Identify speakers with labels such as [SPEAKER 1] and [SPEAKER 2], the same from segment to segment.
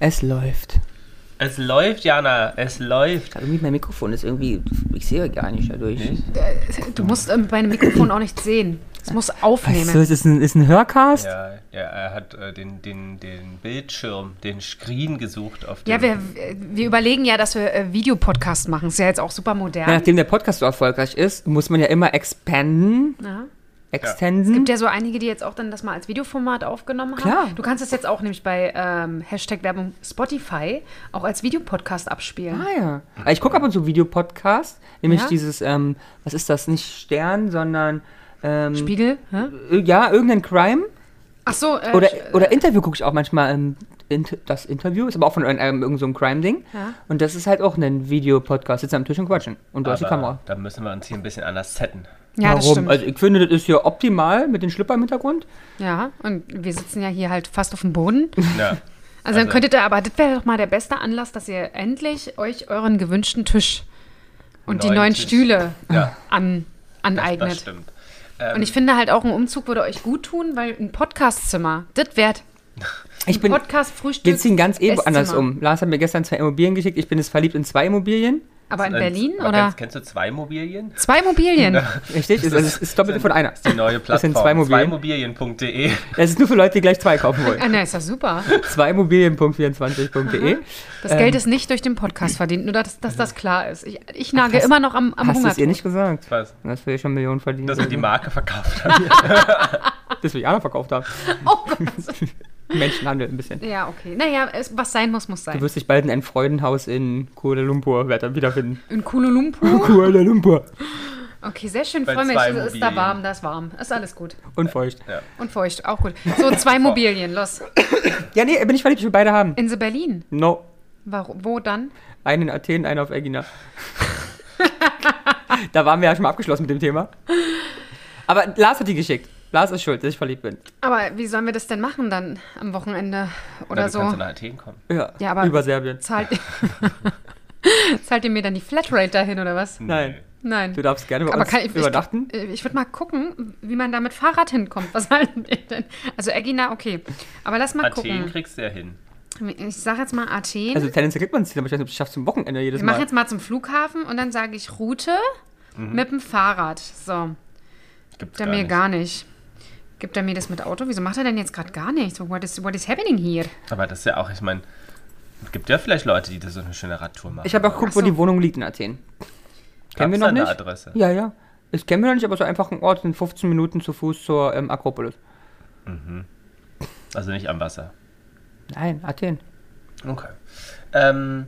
[SPEAKER 1] Es läuft.
[SPEAKER 2] Es läuft, Jana, es läuft.
[SPEAKER 1] Also irgendwie mein Mikrofon ist irgendwie, ich sehe gar nicht dadurch.
[SPEAKER 2] Nee.
[SPEAKER 3] Du musst ähm, bei einem Mikrofon auch nicht sehen. Es muss aufnehmen.
[SPEAKER 1] Weißt du, es ist ein, ist ein Hörcast.
[SPEAKER 2] Ja, ja er hat äh, den, den, den Bildschirm, den Screen gesucht auf dem.
[SPEAKER 3] ja, wir, wir überlegen ja, dass wir äh, Videopodcast machen. Ist ja jetzt auch super modern.
[SPEAKER 1] Ja, Nachdem der Podcast so erfolgreich ist, muss man ja immer expanden,
[SPEAKER 3] Ja. Es
[SPEAKER 1] extenden.
[SPEAKER 3] gibt ja so einige, die jetzt auch dann das mal als Videoformat aufgenommen haben.
[SPEAKER 1] Klar.
[SPEAKER 3] Du kannst es jetzt auch nämlich bei ähm, Hashtag Werbung Spotify auch als Videopodcast abspielen.
[SPEAKER 1] ah ja. Also ich gucke ab und zu Videopodcast, nämlich
[SPEAKER 3] Ja?
[SPEAKER 1] dieses, ähm, was ist das, nicht Stern, sondern ähm,
[SPEAKER 3] Spiegel? Hä?
[SPEAKER 1] äh, ja, irgendein Crime.
[SPEAKER 3] Ach so. Äh,
[SPEAKER 1] Oder,
[SPEAKER 3] äh,
[SPEAKER 1] oder Interview gucke ich auch manchmal. Ähm, Int- das Interview ist aber auch von irgendeinem irgend so einem Crime-Ding.
[SPEAKER 3] Ja.
[SPEAKER 1] Und das ist halt auch ein Videopodcast. Sitzt am Tisch und quatschen. Und du hast die
[SPEAKER 2] Aber
[SPEAKER 1] Kamera.
[SPEAKER 2] Da müssen wir uns hier ein bisschen anders setten.
[SPEAKER 3] ja, das stimmt.
[SPEAKER 1] Also ich finde, das ist ja optimal mit dem Schlipper im Hintergrund.
[SPEAKER 3] ja, und wir sitzen ja hier halt fast auf dem Boden.
[SPEAKER 2] Ja.
[SPEAKER 3] Also, dann
[SPEAKER 2] Also-
[SPEAKER 3] könntet ihr, aber das wäre doch mal der beste Anlass, dass ihr endlich euch euren gewünschten Tisch und die
[SPEAKER 2] Neuen
[SPEAKER 3] neuen
[SPEAKER 2] Tisch.
[SPEAKER 3] Stühle
[SPEAKER 2] Ja.
[SPEAKER 3] an,
[SPEAKER 2] Das, das
[SPEAKER 3] aneignet.
[SPEAKER 2] stimmt.
[SPEAKER 3] und ich finde halt auch, ein Umzug würde euch gut tun, weil ein Podcastzimmer, das wert.
[SPEAKER 1] Ich bin,
[SPEAKER 3] Podcast-Frühstück.
[SPEAKER 1] wir ziehen ganz eben anders
[SPEAKER 3] Esszimmer.
[SPEAKER 1] um. Lars hat mir gestern zwei Immobilien geschickt. Ich bin jetzt verliebt in zwei Immobilien.
[SPEAKER 3] Aber in
[SPEAKER 2] Äh,
[SPEAKER 3] Berlin
[SPEAKER 2] aber
[SPEAKER 3] oder?
[SPEAKER 2] Kennst, kennst du zwei Mobilien?
[SPEAKER 3] Zwei Immobilien.
[SPEAKER 1] Richtig? Das ist, das ist doppelt von einer.
[SPEAKER 2] Die neue Plattform.
[SPEAKER 1] Das sind zwei Immobilien.
[SPEAKER 2] Zweimobilien.de.
[SPEAKER 1] Das ist nur für Leute, die gleich zwei kaufen wollen.
[SPEAKER 3] Ah, na, ist doch super.
[SPEAKER 1] Zweimobilien.24.de.
[SPEAKER 3] Das
[SPEAKER 1] Ähm.
[SPEAKER 3] Geld ist nicht durch den Podcast verdient, nur dass, dass das klar ist. Ich, ich nage immer noch am, am
[SPEAKER 1] Hast du es ihr
[SPEAKER 3] Hungertuch.
[SPEAKER 1] nicht gesagt?
[SPEAKER 2] Was?
[SPEAKER 1] Dass wir schon Millionen verdienen.
[SPEAKER 2] Dass wir die
[SPEAKER 1] würden.
[SPEAKER 2] Marke verkauft haben.
[SPEAKER 1] Dass wir Jana verkauft haben.
[SPEAKER 3] Oh Gott.
[SPEAKER 1] Menschenhandel ein bisschen.
[SPEAKER 3] Ja, okay. Naja, es, was sein muss, muss
[SPEAKER 1] Du
[SPEAKER 3] sein.
[SPEAKER 1] wirst dich bald in einem Freudenhaus in Kuala Lumpur werden wiederfinden.
[SPEAKER 3] In Kuala Lumpur.
[SPEAKER 1] Kuala Lumpur.
[SPEAKER 3] Okay, sehr schön.
[SPEAKER 2] Bei
[SPEAKER 3] Freue mich.
[SPEAKER 2] zwei
[SPEAKER 3] Es ist da
[SPEAKER 2] Mobilien.
[SPEAKER 3] warm, da ist warm. Ist alles gut.
[SPEAKER 1] Und feucht.
[SPEAKER 3] Und feucht, auch gut. So, zwei Mobilien, los.
[SPEAKER 1] Ja, nee, bin ich verliebt, ich will beide haben.
[SPEAKER 3] Insel Berlin.
[SPEAKER 1] No.
[SPEAKER 3] Wo, wo dann?
[SPEAKER 1] Einen in Athen, einen auf Ägina. da waren wir ja schon mal abgeschlossen mit dem Thema. Aber Lars hat die geschickt. Lars ist schuld, dass ich verliebt bin.
[SPEAKER 3] Aber wie sollen wir das denn machen dann am Wochenende
[SPEAKER 2] Na,
[SPEAKER 3] oder
[SPEAKER 2] du Also
[SPEAKER 3] so?
[SPEAKER 2] kannst ja nach Athen kommen.
[SPEAKER 1] Ja,
[SPEAKER 3] Ja, aber-
[SPEAKER 1] über Serbien.
[SPEAKER 3] Zahlt, zahlt ihr mir dann die Flatrate dahin oder was?
[SPEAKER 1] Nein,
[SPEAKER 3] Nein.
[SPEAKER 1] du darfst gerne bei
[SPEAKER 3] Aber
[SPEAKER 1] uns
[SPEAKER 3] kann ich,
[SPEAKER 1] übernachten.
[SPEAKER 3] ich, äh, ich würde mal gucken, wie man da mit Fahrrad hinkommt. Was halten wir denn? Also Ägina, okay. Aber lass mal
[SPEAKER 2] Athen kriegst du ja hin.
[SPEAKER 3] gucken. Ich sage jetzt mal Athen.
[SPEAKER 1] also tendenziell kriegt man es, aber ich weiß nicht, ob ich es schaffe zum Wochenende jedes
[SPEAKER 3] Wir machen
[SPEAKER 1] Mal.
[SPEAKER 3] jetzt mal zum Flughafen und dann sage ich Route
[SPEAKER 2] Mhm.
[SPEAKER 3] mit dem Fahrrad. So,
[SPEAKER 2] Gibt's
[SPEAKER 3] gibt er mir gar nicht. Gibt er mir das mit Auto? Wieso macht er denn jetzt gerade gar nichts? What is, what is happening here?
[SPEAKER 2] Aber das ist ja auch, ich meine, es gibt ja vielleicht Leute, die da so eine schöne Radtour machen.
[SPEAKER 1] Ich habe auch geguckt,
[SPEAKER 3] Ach
[SPEAKER 1] wo
[SPEAKER 3] so.
[SPEAKER 1] die Wohnung liegt in Athen. Kennen wir noch
[SPEAKER 2] Gab's da eine
[SPEAKER 1] nicht?
[SPEAKER 2] Adresse?
[SPEAKER 1] Ja, ja. Ich kenne mir noch nicht, aber so einfach ein Ort, sind 15 Minuten zu Fuß zur ähm, Akropolis.
[SPEAKER 2] Also nicht am Wasser.
[SPEAKER 1] Nein, Athen.
[SPEAKER 2] Okay. Ähm,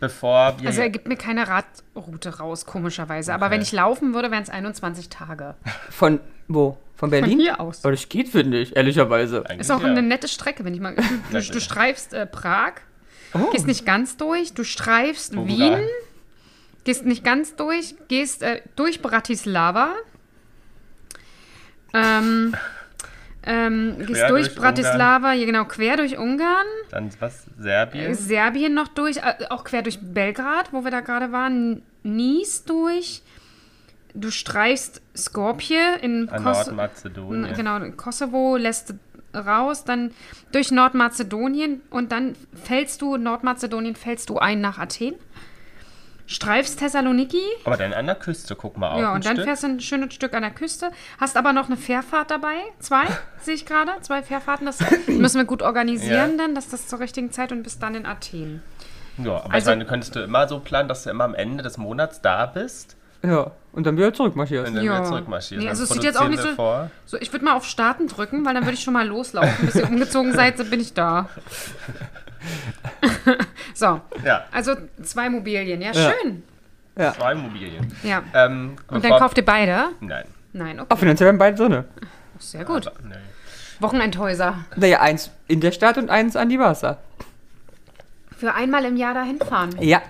[SPEAKER 2] bevor wir.
[SPEAKER 3] Also er gibt mir keine Radroute raus, komischerweise. Aber
[SPEAKER 2] Okay.
[SPEAKER 3] wenn ich laufen würde, wären es 21 Tage.
[SPEAKER 1] Von wo? Von Berlin?
[SPEAKER 3] Von hier aus.
[SPEAKER 1] Aber das geht, finde ich, ehrlicherweise.
[SPEAKER 2] Eigentlich
[SPEAKER 3] Ist auch
[SPEAKER 2] ja.
[SPEAKER 3] eine nette Strecke, wenn ich mal. Du, du streifst äh, Prag,
[SPEAKER 2] Oh.
[SPEAKER 3] gehst nicht ganz durch, du streifst
[SPEAKER 2] Ungarn.
[SPEAKER 3] Wien, gehst nicht ganz durch, gehst äh, durch Bratislava. Ähm, ähm, gehst
[SPEAKER 2] Quer
[SPEAKER 3] durch,
[SPEAKER 2] durch
[SPEAKER 3] Bratislava, ja, genau, quer durch Ungarn,
[SPEAKER 2] Dann was? Serbien?
[SPEAKER 3] Serbien noch durch, äh, auch quer durch Belgrad, wo wir da gerade waren, Nice durch. Du streifst Skopje in
[SPEAKER 2] An
[SPEAKER 3] Kos-
[SPEAKER 2] Nordmazedonien.
[SPEAKER 3] N- Genau, Kosovo lässt raus, dann durch Nordmazedonien und dann fällst du, Nordmazedonien fällst du ein nach Athen, streifst Thessaloniki,
[SPEAKER 2] Aber dann an der Küste, guck mal auch.
[SPEAKER 3] ja,
[SPEAKER 2] ein
[SPEAKER 3] und dann
[SPEAKER 2] Stück.
[SPEAKER 3] fährst du ein schönes Stück an der Küste, hast aber noch eine Fährfahrt dabei, zwei, sehe ich gerade, zwei Fährfahrten, das müssen wir gut organisieren
[SPEAKER 2] Ja.
[SPEAKER 3] dann, dass das zur richtigen Zeit und bist dann in Athen.
[SPEAKER 2] Ja, aber
[SPEAKER 3] also-
[SPEAKER 2] ich meine, könntest du immer so planen, dass du immer am Ende des Monats da bist
[SPEAKER 1] Ja, und dann wieder zurückmarschiert.
[SPEAKER 2] und dann
[SPEAKER 3] Ja.
[SPEAKER 2] wieder zurückmarschierst.
[SPEAKER 3] Nee,
[SPEAKER 2] Dann
[SPEAKER 3] also es sieht jetzt auch
[SPEAKER 2] produzieren
[SPEAKER 3] nicht
[SPEAKER 2] wir
[SPEAKER 3] so-
[SPEAKER 2] Vor.
[SPEAKER 3] So, ich würde mal auf Starten drücken, weil dann würde ich schon mal loslaufen, bis ihr umgezogen seid, dann bin ich da. so,
[SPEAKER 2] Ja,
[SPEAKER 3] also zwei Mobilien, ja,
[SPEAKER 1] Ja.
[SPEAKER 3] schön.
[SPEAKER 2] zwei Immobilien.
[SPEAKER 3] Ja.
[SPEAKER 2] Ähm,
[SPEAKER 3] Und dann kauft ihr beide?
[SPEAKER 2] Nein.
[SPEAKER 3] Nein, okay.
[SPEAKER 1] Auch finanziell werden beide drinne.
[SPEAKER 3] Sehr gut.
[SPEAKER 2] Aber, nee.
[SPEAKER 3] Wochenendhäuser.
[SPEAKER 1] Naja, eins in der Stadt und eins an die Wasser.
[SPEAKER 3] Für einmal im Jahr dahin fahren.
[SPEAKER 1] Ja.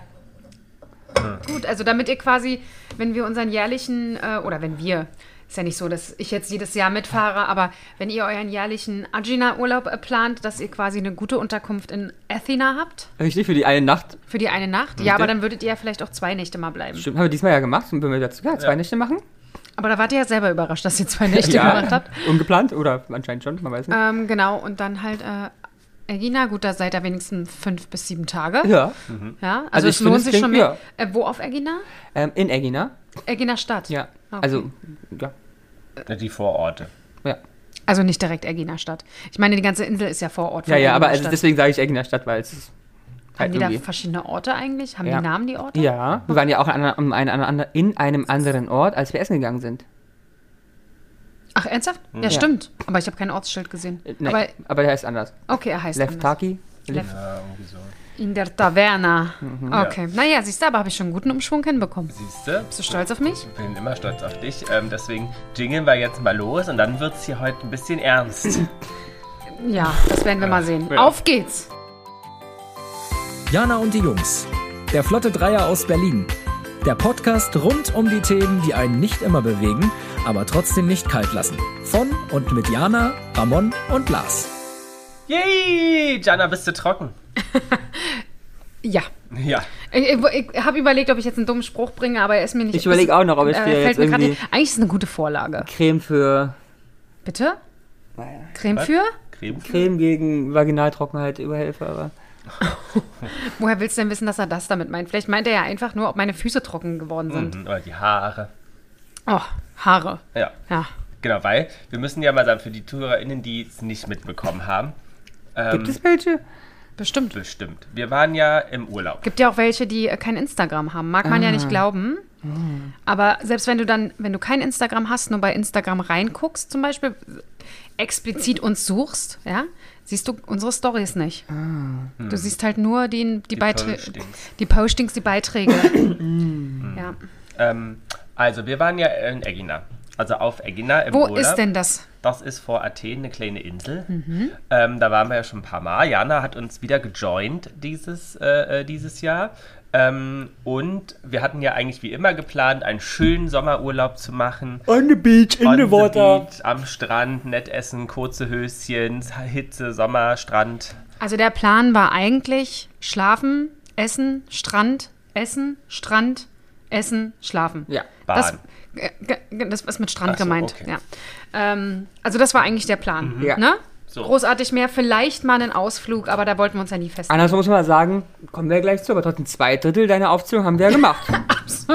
[SPEAKER 3] Gut, also damit ihr quasi, wenn wir unseren jährlichen, äh, oder wenn wir, ist ja nicht so, dass ich jetzt jedes Jahr mitfahre, aber wenn ihr euren jährlichen Agina-Urlaub äh, plant, dass ihr quasi eine gute Unterkunft in Athena habt,
[SPEAKER 1] Richtig, für die eine Nacht.
[SPEAKER 3] für die eine Nacht. Ja, aber dann würdet ihr ja vielleicht auch zwei Nächte mal bleiben.
[SPEAKER 1] Stimmt, haben wir diesmal ja gemacht und wenn wir dazu ja, zwei
[SPEAKER 2] Ja.
[SPEAKER 1] Nächte machen.
[SPEAKER 3] Aber da wart ihr ja selber überrascht, dass ihr zwei Nächte gemacht habt.
[SPEAKER 1] Ungeplant oder anscheinend schon, man weiß nicht.
[SPEAKER 3] Ähm, genau, und dann halt äh, Ägina, gut, da seid ihr wenigstens fünf bis sieben Tage.
[SPEAKER 1] Ja.
[SPEAKER 3] Ja, also,
[SPEAKER 1] Also
[SPEAKER 3] es
[SPEAKER 1] ich finde,
[SPEAKER 3] lohnt
[SPEAKER 1] es
[SPEAKER 3] sich
[SPEAKER 1] klingt-
[SPEAKER 3] schon mehr.
[SPEAKER 1] ja.
[SPEAKER 3] Äh, wo auf Ägina?
[SPEAKER 1] Ähm, in Egina.
[SPEAKER 3] Ägina Stadt.
[SPEAKER 1] Ja.
[SPEAKER 3] Ah, Okay.
[SPEAKER 1] Also, ja.
[SPEAKER 2] Ja, Die Vororte.
[SPEAKER 1] Ja,
[SPEAKER 3] Also nicht direkt Ägina Stadt. Ich meine, die ganze Insel ist ja Vorort von
[SPEAKER 1] ja, ja aber
[SPEAKER 3] Ägina
[SPEAKER 1] also
[SPEAKER 3] Stadt.
[SPEAKER 1] deswegen sage ich Egina Stadt, weil es ist
[SPEAKER 3] Haben
[SPEAKER 1] halt
[SPEAKER 3] die da
[SPEAKER 1] irgendwie-
[SPEAKER 3] verschiedene Orte eigentlich? Haben
[SPEAKER 1] Ja.
[SPEAKER 3] die Namen, die Orte?
[SPEAKER 1] Ja, wir waren ja auch an, einer- an, einer- an, einer- in einem anderen Ort, als wir essen gegangen sind.
[SPEAKER 3] Ach, ernsthaft? Ja, stimmt. Aber ich habe kein Ortsschild gesehen.
[SPEAKER 1] Äh, Nein,
[SPEAKER 3] Aber
[SPEAKER 1] aber, aber der heißt anders.
[SPEAKER 3] okay, er heißt
[SPEAKER 1] Left
[SPEAKER 3] anders.
[SPEAKER 1] Taki.
[SPEAKER 3] Left-
[SPEAKER 2] Ja, Äh, irgendwie so.
[SPEAKER 3] In der Taverna.
[SPEAKER 1] Mhm.
[SPEAKER 3] Okay. Naja, siehst du, aber habe ich schon einen guten Umschwung hinbekommen.
[SPEAKER 2] Siehst du?
[SPEAKER 3] Bist du stolz auf mich?
[SPEAKER 2] Ich bin immer stolz auf dich. Ähm, deswegen jingeln wir jetzt mal los und dann wird's hier heute ein bisschen ernst.
[SPEAKER 3] Ja, das werden wir mal sehen.
[SPEAKER 2] Ja.
[SPEAKER 3] Auf geht's!
[SPEAKER 4] Jana und die Jungs. Der Flotte Dreier aus Berlin. Der Podcast rund um die Themen, die einen nicht immer bewegen, aber trotzdem nicht kalt lassen. Von und mit Jana, Ramon und Lars.
[SPEAKER 2] Yay! Jana, bist du trocken?
[SPEAKER 3] Ja.
[SPEAKER 2] Ja.
[SPEAKER 3] Ich, ich, ich habe überlegt, ob ich jetzt einen dummen Spruch bringe, aber er ist mir nicht. äh,
[SPEAKER 1] Ich überlege auch noch, ob ich dir
[SPEAKER 3] fällt
[SPEAKER 1] jetzt
[SPEAKER 3] mir grad
[SPEAKER 1] irgendwie-
[SPEAKER 3] nicht- Eigentlich ist es eine gute Vorlage.
[SPEAKER 1] Creme für
[SPEAKER 3] Bitte? Creme für?
[SPEAKER 2] Creme?
[SPEAKER 1] Creme gegen Vaginaltrockenheit überhelfe, aber.
[SPEAKER 3] Woher willst du denn wissen, dass er das damit meint? Vielleicht meint er ja einfach nur, ob meine Füße trocken geworden
[SPEAKER 1] Hm.
[SPEAKER 3] sind.
[SPEAKER 2] Mhm, Oder die Haare.
[SPEAKER 3] Oh, Haare.
[SPEAKER 2] Ja.
[SPEAKER 3] Ja.
[SPEAKER 2] Genau, weil wir müssen ja mal sagen, für die ZuhörerInnen, die es nicht mitbekommen haben,
[SPEAKER 1] Gibt es welche?
[SPEAKER 3] Bestimmt.
[SPEAKER 2] bestimmt. Wir waren ja im Urlaub.
[SPEAKER 3] Gibt ja auch welche, die äh, kein Instagram haben. Mag man ja nicht glauben. Aber selbst wenn du dann, wenn du kein Instagram hast, nur bei Instagram reinguckst, zum Beispiel explizit uns suchst, ja, siehst du unsere Stories nicht. Du siehst halt nur den, die, Beiträge,
[SPEAKER 2] Postings.
[SPEAKER 3] die Postings, die Beiträge. ja.
[SPEAKER 2] Ähm, also, wir waren ja in Egina. Also auf Egina im
[SPEAKER 3] Wo
[SPEAKER 2] Urlaub.
[SPEAKER 3] ist denn Mhm. das?
[SPEAKER 2] Das ist vor Athen eine kleine Insel. Ähm, da waren wir ja schon ein paar Mal. Jana hat uns wieder gejoint dieses, äh, äh, dieses Jahr. Ähm, und wir hatten ja eigentlich wie immer geplant, einen schönen Sommerurlaub zu machen.
[SPEAKER 1] On the beach, in
[SPEAKER 2] On the beach, am Strand, nett essen, kurze Höschen, Hitze, Sommer, Strand.
[SPEAKER 3] Also der Plan war eigentlich schlafen, essen, Strand, essen, Strand, essen, schlafen.
[SPEAKER 1] Ja.
[SPEAKER 3] Das,
[SPEAKER 2] Bahn.
[SPEAKER 3] äh, ge- ge- das ist mit Strand
[SPEAKER 2] Ach so,
[SPEAKER 3] gemeint.
[SPEAKER 2] okay. Mhm.
[SPEAKER 3] Ja. Ähm, also das war eigentlich der Plan.
[SPEAKER 1] Ja.
[SPEAKER 3] Ne?
[SPEAKER 2] So.
[SPEAKER 3] Großartig mehr, vielleicht mal einen Ausflug, aber da wollten wir uns ja nie festlegen.
[SPEAKER 1] Andersrum muss man mal sagen, kommen wir gleich zu, aber trotzdem zwei Drittel deiner Aufzählung haben wir ja gemacht.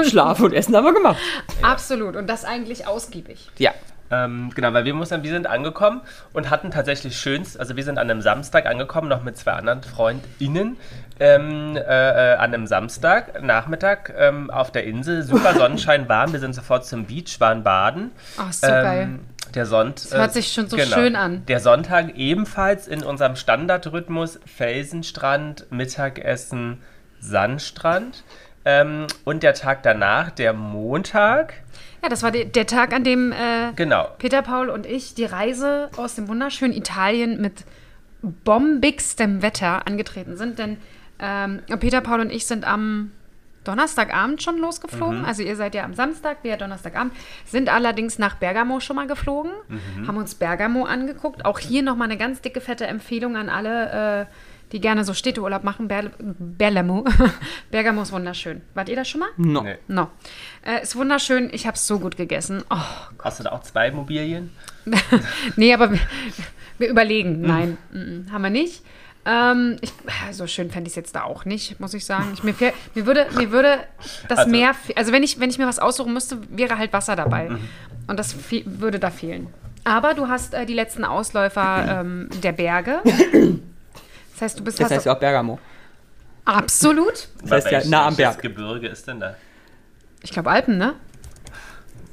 [SPEAKER 1] Schlaf und Essen haben wir gemacht.
[SPEAKER 2] Ah,
[SPEAKER 3] Absolut. Und das eigentlich ausgiebig.
[SPEAKER 1] Ja.
[SPEAKER 2] Ähm, genau, weil wir mussten, wir sind angekommen und hatten tatsächlich schönst, also wir sind an einem Samstag angekommen, noch mit zwei anderen FreundInnen, ähm, äh, äh, an einem Samstag, Nachmittag ähm, auf der Insel, super Sonnenschein, warm, wir sind sofort zum Beach, waren baden.
[SPEAKER 3] Ach, so
[SPEAKER 2] Ähm,
[SPEAKER 3] geil.
[SPEAKER 2] Der Sonnt, das
[SPEAKER 3] hört sich schon so schön an.
[SPEAKER 2] Der Sonntag ebenfalls in unserem Standardrhythmus, Felsenstrand, Mittagessen, Sandstrand. Ähm, und der Tag danach, der Montag,
[SPEAKER 3] Ja, das war der, der Tag, an dem äh,
[SPEAKER 2] genau,
[SPEAKER 3] Peter, Paul und ich die Reise aus dem wunderschönen Italien mit bombigstem Wetter angetreten sind. Denn ähm, Peter, Paul und ich sind am Donnerstagabend schon losgeflogen. Also ihr seid ja am Samstag, wir Donnerstagabend. Sind allerdings nach Bergamo schon mal geflogen, haben uns Bergamo angeguckt. Auch hier nochmal eine ganz dicke, fette Empfehlung an alle, äh, die gerne so Städteurlaub machen. Ber Bergamo. Bergamo ist wunderschön. Wart ihr da schon mal?
[SPEAKER 1] No.
[SPEAKER 2] Nee.
[SPEAKER 3] No. Äh, ist wunderschön. Ich habe es so gut gegessen. Oh,
[SPEAKER 2] hast du da auch zwei Mobilien?
[SPEAKER 3] nee, aber wir, wir überlegen. Nein, mm, mm, haben wir nicht. Ähm, ich, so schön fände ich es jetzt da auch nicht, muss ich sagen. Ich, mir, fehl, mir, würde, mir würde das
[SPEAKER 2] Also-
[SPEAKER 3] Meer, fe- also wenn ich, wenn ich mir was aussuchen müsste, wäre halt Wasser dabei.
[SPEAKER 1] Mhm.
[SPEAKER 3] Und das fe- würde da fehlen. Aber du hast äh, die letzten Ausläufer ähm, der Berge. Das heißt, du bist
[SPEAKER 1] Das
[SPEAKER 3] fast
[SPEAKER 1] heißt ja auch Bergamo.
[SPEAKER 3] absolut.
[SPEAKER 1] Das heißt ja
[SPEAKER 2] Welches-
[SPEAKER 1] nah am
[SPEAKER 2] welches
[SPEAKER 1] Berg.
[SPEAKER 2] Gebirge ist denn da?
[SPEAKER 3] Ich glaube Alpen, ne?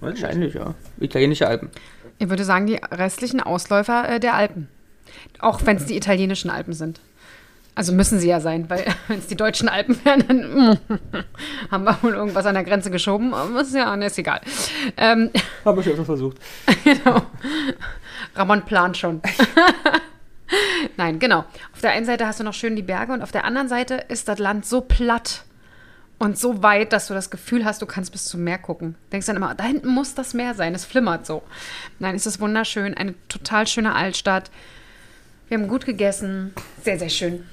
[SPEAKER 1] Wahrscheinlich, ja. Italienische Alpen.
[SPEAKER 3] Ich würde sagen, die restlichen Ausläufer äh, der Alpen. Auch wenn es die italienischen Alpen sind. Also müssen sie ja sein, weil wenn es die deutschen Alpen wären, dann mm, haben wir wohl irgendwas an der Grenze geschoben. Aber ist ja, ne, ist egal. Ähm,
[SPEAKER 1] Habe ich öfter versucht.
[SPEAKER 3] Ramon plant schon. Nein, genau. Auf der einen Seite hast du noch schön die Berge und auf der anderen Seite ist das Land so platt und so weit, dass du das Gefühl hast, du kannst bis zum Meer gucken. Denkst dann immer, da hinten muss das Meer sein, es flimmert so. Nein, es ist wunderschön, eine total schöne Altstadt. Wir haben gut gegessen, sehr, sehr schön.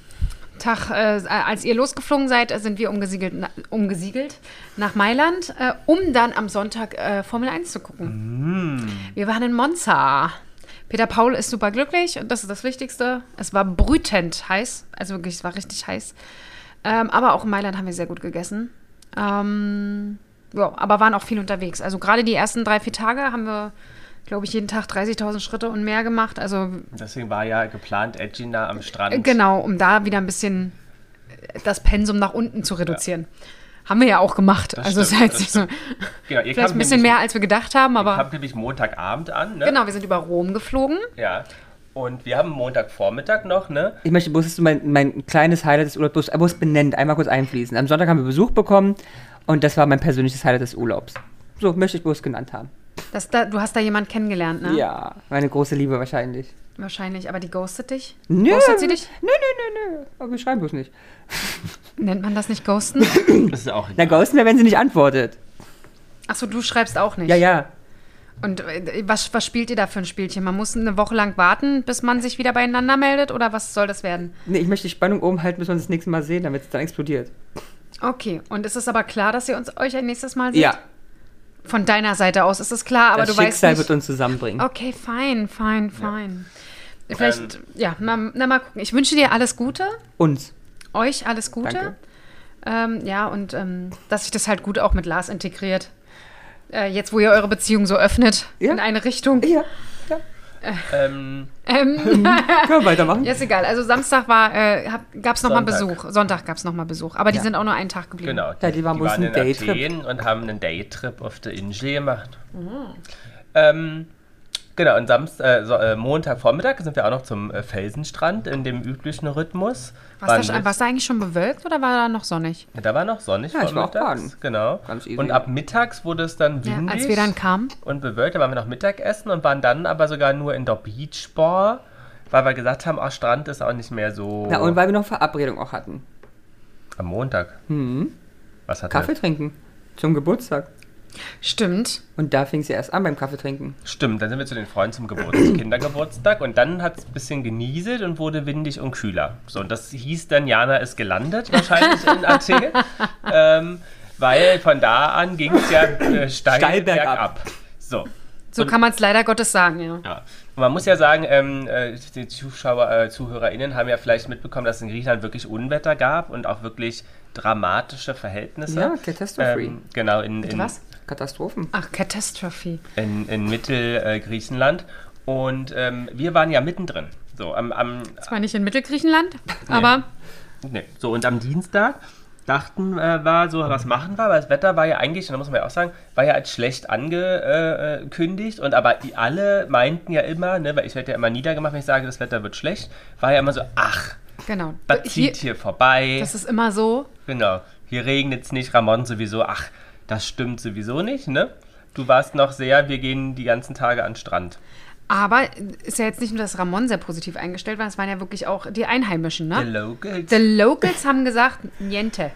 [SPEAKER 3] Tag, äh, als ihr losgeflogen seid, äh, sind wir umgesiegelt, na, umgesiegelt nach Mailand, äh, um dann am Sonntag äh, Formel 1 zu gucken. Wir waren in Monza. Peter Paul ist super glücklich und das ist das Wichtigste. Es war brütend heiß, also wirklich, es war richtig heiß. Ähm, aber auch in Mailand haben wir sehr gut gegessen. Ähm, ja, aber waren auch viel unterwegs. Also gerade die ersten drei, vier Tage haben wir, glaube ich, jeden Tag 30.000 Schritte und mehr gemacht. Also
[SPEAKER 2] Deswegen war ja geplant Edgina am Strand.
[SPEAKER 3] äh, genau, um da wieder ein bisschen das Pensum nach unten zu reduzieren. Haben wir ja auch gemacht.
[SPEAKER 2] Das
[SPEAKER 3] also es ist
[SPEAKER 2] stimmt,
[SPEAKER 3] halt
[SPEAKER 2] das
[SPEAKER 3] nicht so,
[SPEAKER 2] stimmt. Genau, ihr
[SPEAKER 3] vielleicht ein bisschen mehr, als wir gedacht haben,
[SPEAKER 2] Ich
[SPEAKER 3] aber
[SPEAKER 2] habe nämlich Montagabend an, ne?
[SPEAKER 3] genau, wir sind über Rom geflogen.
[SPEAKER 2] Ja. Und wir haben Montagvormittag noch, ne?
[SPEAKER 1] Ich möchte bloß dass du mein, mein kleines Highlight des Urlaubs bloß, äh, bloß benennt, einmal kurz einfließen. Am Sonntag haben wir Besuch bekommen und das war mein persönliches Highlight des Urlaubs. So, möchte ich bloß genannt haben.
[SPEAKER 3] Das da, du hast da jemanden kennengelernt,
[SPEAKER 1] Ah.
[SPEAKER 3] ne?
[SPEAKER 1] Ja, meine große Liebe wahrscheinlich.
[SPEAKER 3] Wahrscheinlich, aber die ghostet dich?
[SPEAKER 1] Nö.
[SPEAKER 3] Ghostet sie dich?
[SPEAKER 1] Nö, nö, nö, nö. Aber wir schreiben bloß nicht.
[SPEAKER 3] Nennt man das nicht ghosten?
[SPEAKER 2] Das ist auch
[SPEAKER 1] Na, ghosten wir, wenn sie nicht antwortet.
[SPEAKER 3] Achso, du schreibst auch nicht.
[SPEAKER 1] Ja, ja.
[SPEAKER 3] Und äh, was, was spielt ihr da für ein Spielchen? Man muss eine Woche lang warten, bis man sich wieder beieinander meldet oder was soll das werden?
[SPEAKER 1] Nee, ich möchte die Spannung oben halten, bis wir uns das nächste Mal sehen, damit es dann explodiert.
[SPEAKER 3] Okay, und ist es aber klar, dass ihr uns euch ein nächstes Mal seht?
[SPEAKER 1] Ja,
[SPEAKER 3] Von deiner Seite aus ist es klar, aber
[SPEAKER 1] das
[SPEAKER 3] du
[SPEAKER 1] Schicksal
[SPEAKER 3] weißt nicht.
[SPEAKER 1] wird uns zusammenbringen.
[SPEAKER 3] okay, fein, fein, fein. Vielleicht, ja, na, na mal gucken. Ich wünsche dir alles Gute,
[SPEAKER 1] Uns.
[SPEAKER 3] euch alles Gute.
[SPEAKER 1] Danke.
[SPEAKER 3] Ähm, ja, und ähm, dass sich das halt gut auch mit Lars integriert. Äh, jetzt, wo ihr eure Beziehung so öffnet,
[SPEAKER 1] Ja.
[SPEAKER 3] in eine Richtung.
[SPEAKER 1] Ja, ja.
[SPEAKER 2] Ähm,
[SPEAKER 3] Ähm,
[SPEAKER 1] Können wir weitermachen?
[SPEAKER 3] ja, ist egal. Also Samstag war, äh, gab es nochmal
[SPEAKER 2] Sonntag.
[SPEAKER 3] Besuch. Sonntag gab es nochmal Besuch. Aber die
[SPEAKER 1] Ja.
[SPEAKER 3] sind auch nur einen Tag geblieben.
[SPEAKER 2] genau.
[SPEAKER 1] Ja, die waren bloß ein
[SPEAKER 2] in
[SPEAKER 1] Daytrip.
[SPEAKER 2] Athen und haben einen Daytrip auf der Insel gemacht.
[SPEAKER 1] Mhm.
[SPEAKER 2] Ähm, genau, und Samst, äh, so, äh, Montagvormittag sind wir auch noch zum äh, Felsenstrand in dem üblichen Rhythmus.
[SPEAKER 3] War
[SPEAKER 2] Waren
[SPEAKER 3] es da,
[SPEAKER 2] mit-
[SPEAKER 3] war's da eigentlich schon bewölkt oder war da noch sonnig?
[SPEAKER 2] Da war noch sonnig
[SPEAKER 1] Ja, ich war auch
[SPEAKER 2] vormittags,
[SPEAKER 1] baden.
[SPEAKER 2] genau.
[SPEAKER 1] Ganz easy.
[SPEAKER 2] Und ab mittags wurde es dann
[SPEAKER 3] Ja,
[SPEAKER 2] windig
[SPEAKER 3] als wir dann kamen.
[SPEAKER 2] und bewölkt. Da waren wir noch Mittagessen und waren dann aber sogar nur in der Beach Bar, weil wir gesagt haben, ach, Strand ist auch nicht mehr so
[SPEAKER 1] Na, und weil wir noch Verabredung auch hatten.
[SPEAKER 2] am Montag. Was hat
[SPEAKER 1] Hm. Kaffee trinken. Zum Geburtstag.
[SPEAKER 3] Stimmt.
[SPEAKER 1] Und da fing sie erst an beim Kaffee trinken.
[SPEAKER 2] Stimmt, dann sind wir zu den Freunden zum Geburtstag, Kindergeburtstag und dann hat es ein bisschen genieselt und wurde windig und kühler. So, und das hieß dann, Jana ist gelandet wahrscheinlich in Athen, ähm, weil von da an ging es ja äh, steil,
[SPEAKER 1] Steil bergab.
[SPEAKER 2] bergab. So.
[SPEAKER 3] So
[SPEAKER 2] Und-
[SPEAKER 3] kann man es leider Gottes sagen, ja.
[SPEAKER 2] Ja. Und man muss ja sagen, ähm, äh, die Zuschauer, äh, ZuhörerInnen haben ja vielleicht mitbekommen, dass es in Griechenland wirklich Unwetter gab und auch wirklich dramatische Verhältnisse.
[SPEAKER 1] Ja, Catastrophe.
[SPEAKER 2] Ähm, genau, in, in,
[SPEAKER 3] Was?
[SPEAKER 1] Katastrophen.
[SPEAKER 3] Ach, Catastrophe.
[SPEAKER 2] in, in Mittelgriechenland. Und ähm, wir waren ja mittendrin. So, am, am,
[SPEAKER 3] Das war nicht in Mittelgriechenland, aber
[SPEAKER 2] nee. so, und am Dienstag dachten äh, war so, was machen wir? Weil das Wetter war ja eigentlich, und da muss man ja auch sagen, war ja als schlecht angekündigt. Und aber die alle meinten ja immer, ne, weil ich werde ja immer niedergemacht, wenn ich sage, das Wetter wird schlecht, war ja immer so, ach,
[SPEAKER 3] genau.
[SPEAKER 2] was
[SPEAKER 3] Hier,
[SPEAKER 2] zieht hier vorbei?
[SPEAKER 3] das ist immer so.
[SPEAKER 2] Genau. Hier regnet es nicht, Ramon sowieso. Ach, das stimmt sowieso nicht, ne? Du warst noch sehr, wir gehen die ganzen Tage an den Strand.
[SPEAKER 3] Aber ist ja jetzt nicht nur, dass Ramon sehr positiv eingestellt war, es waren ja wirklich auch die Einheimischen,
[SPEAKER 2] The
[SPEAKER 3] ne?
[SPEAKER 2] locals.
[SPEAKER 3] The Locals haben gesagt, niente.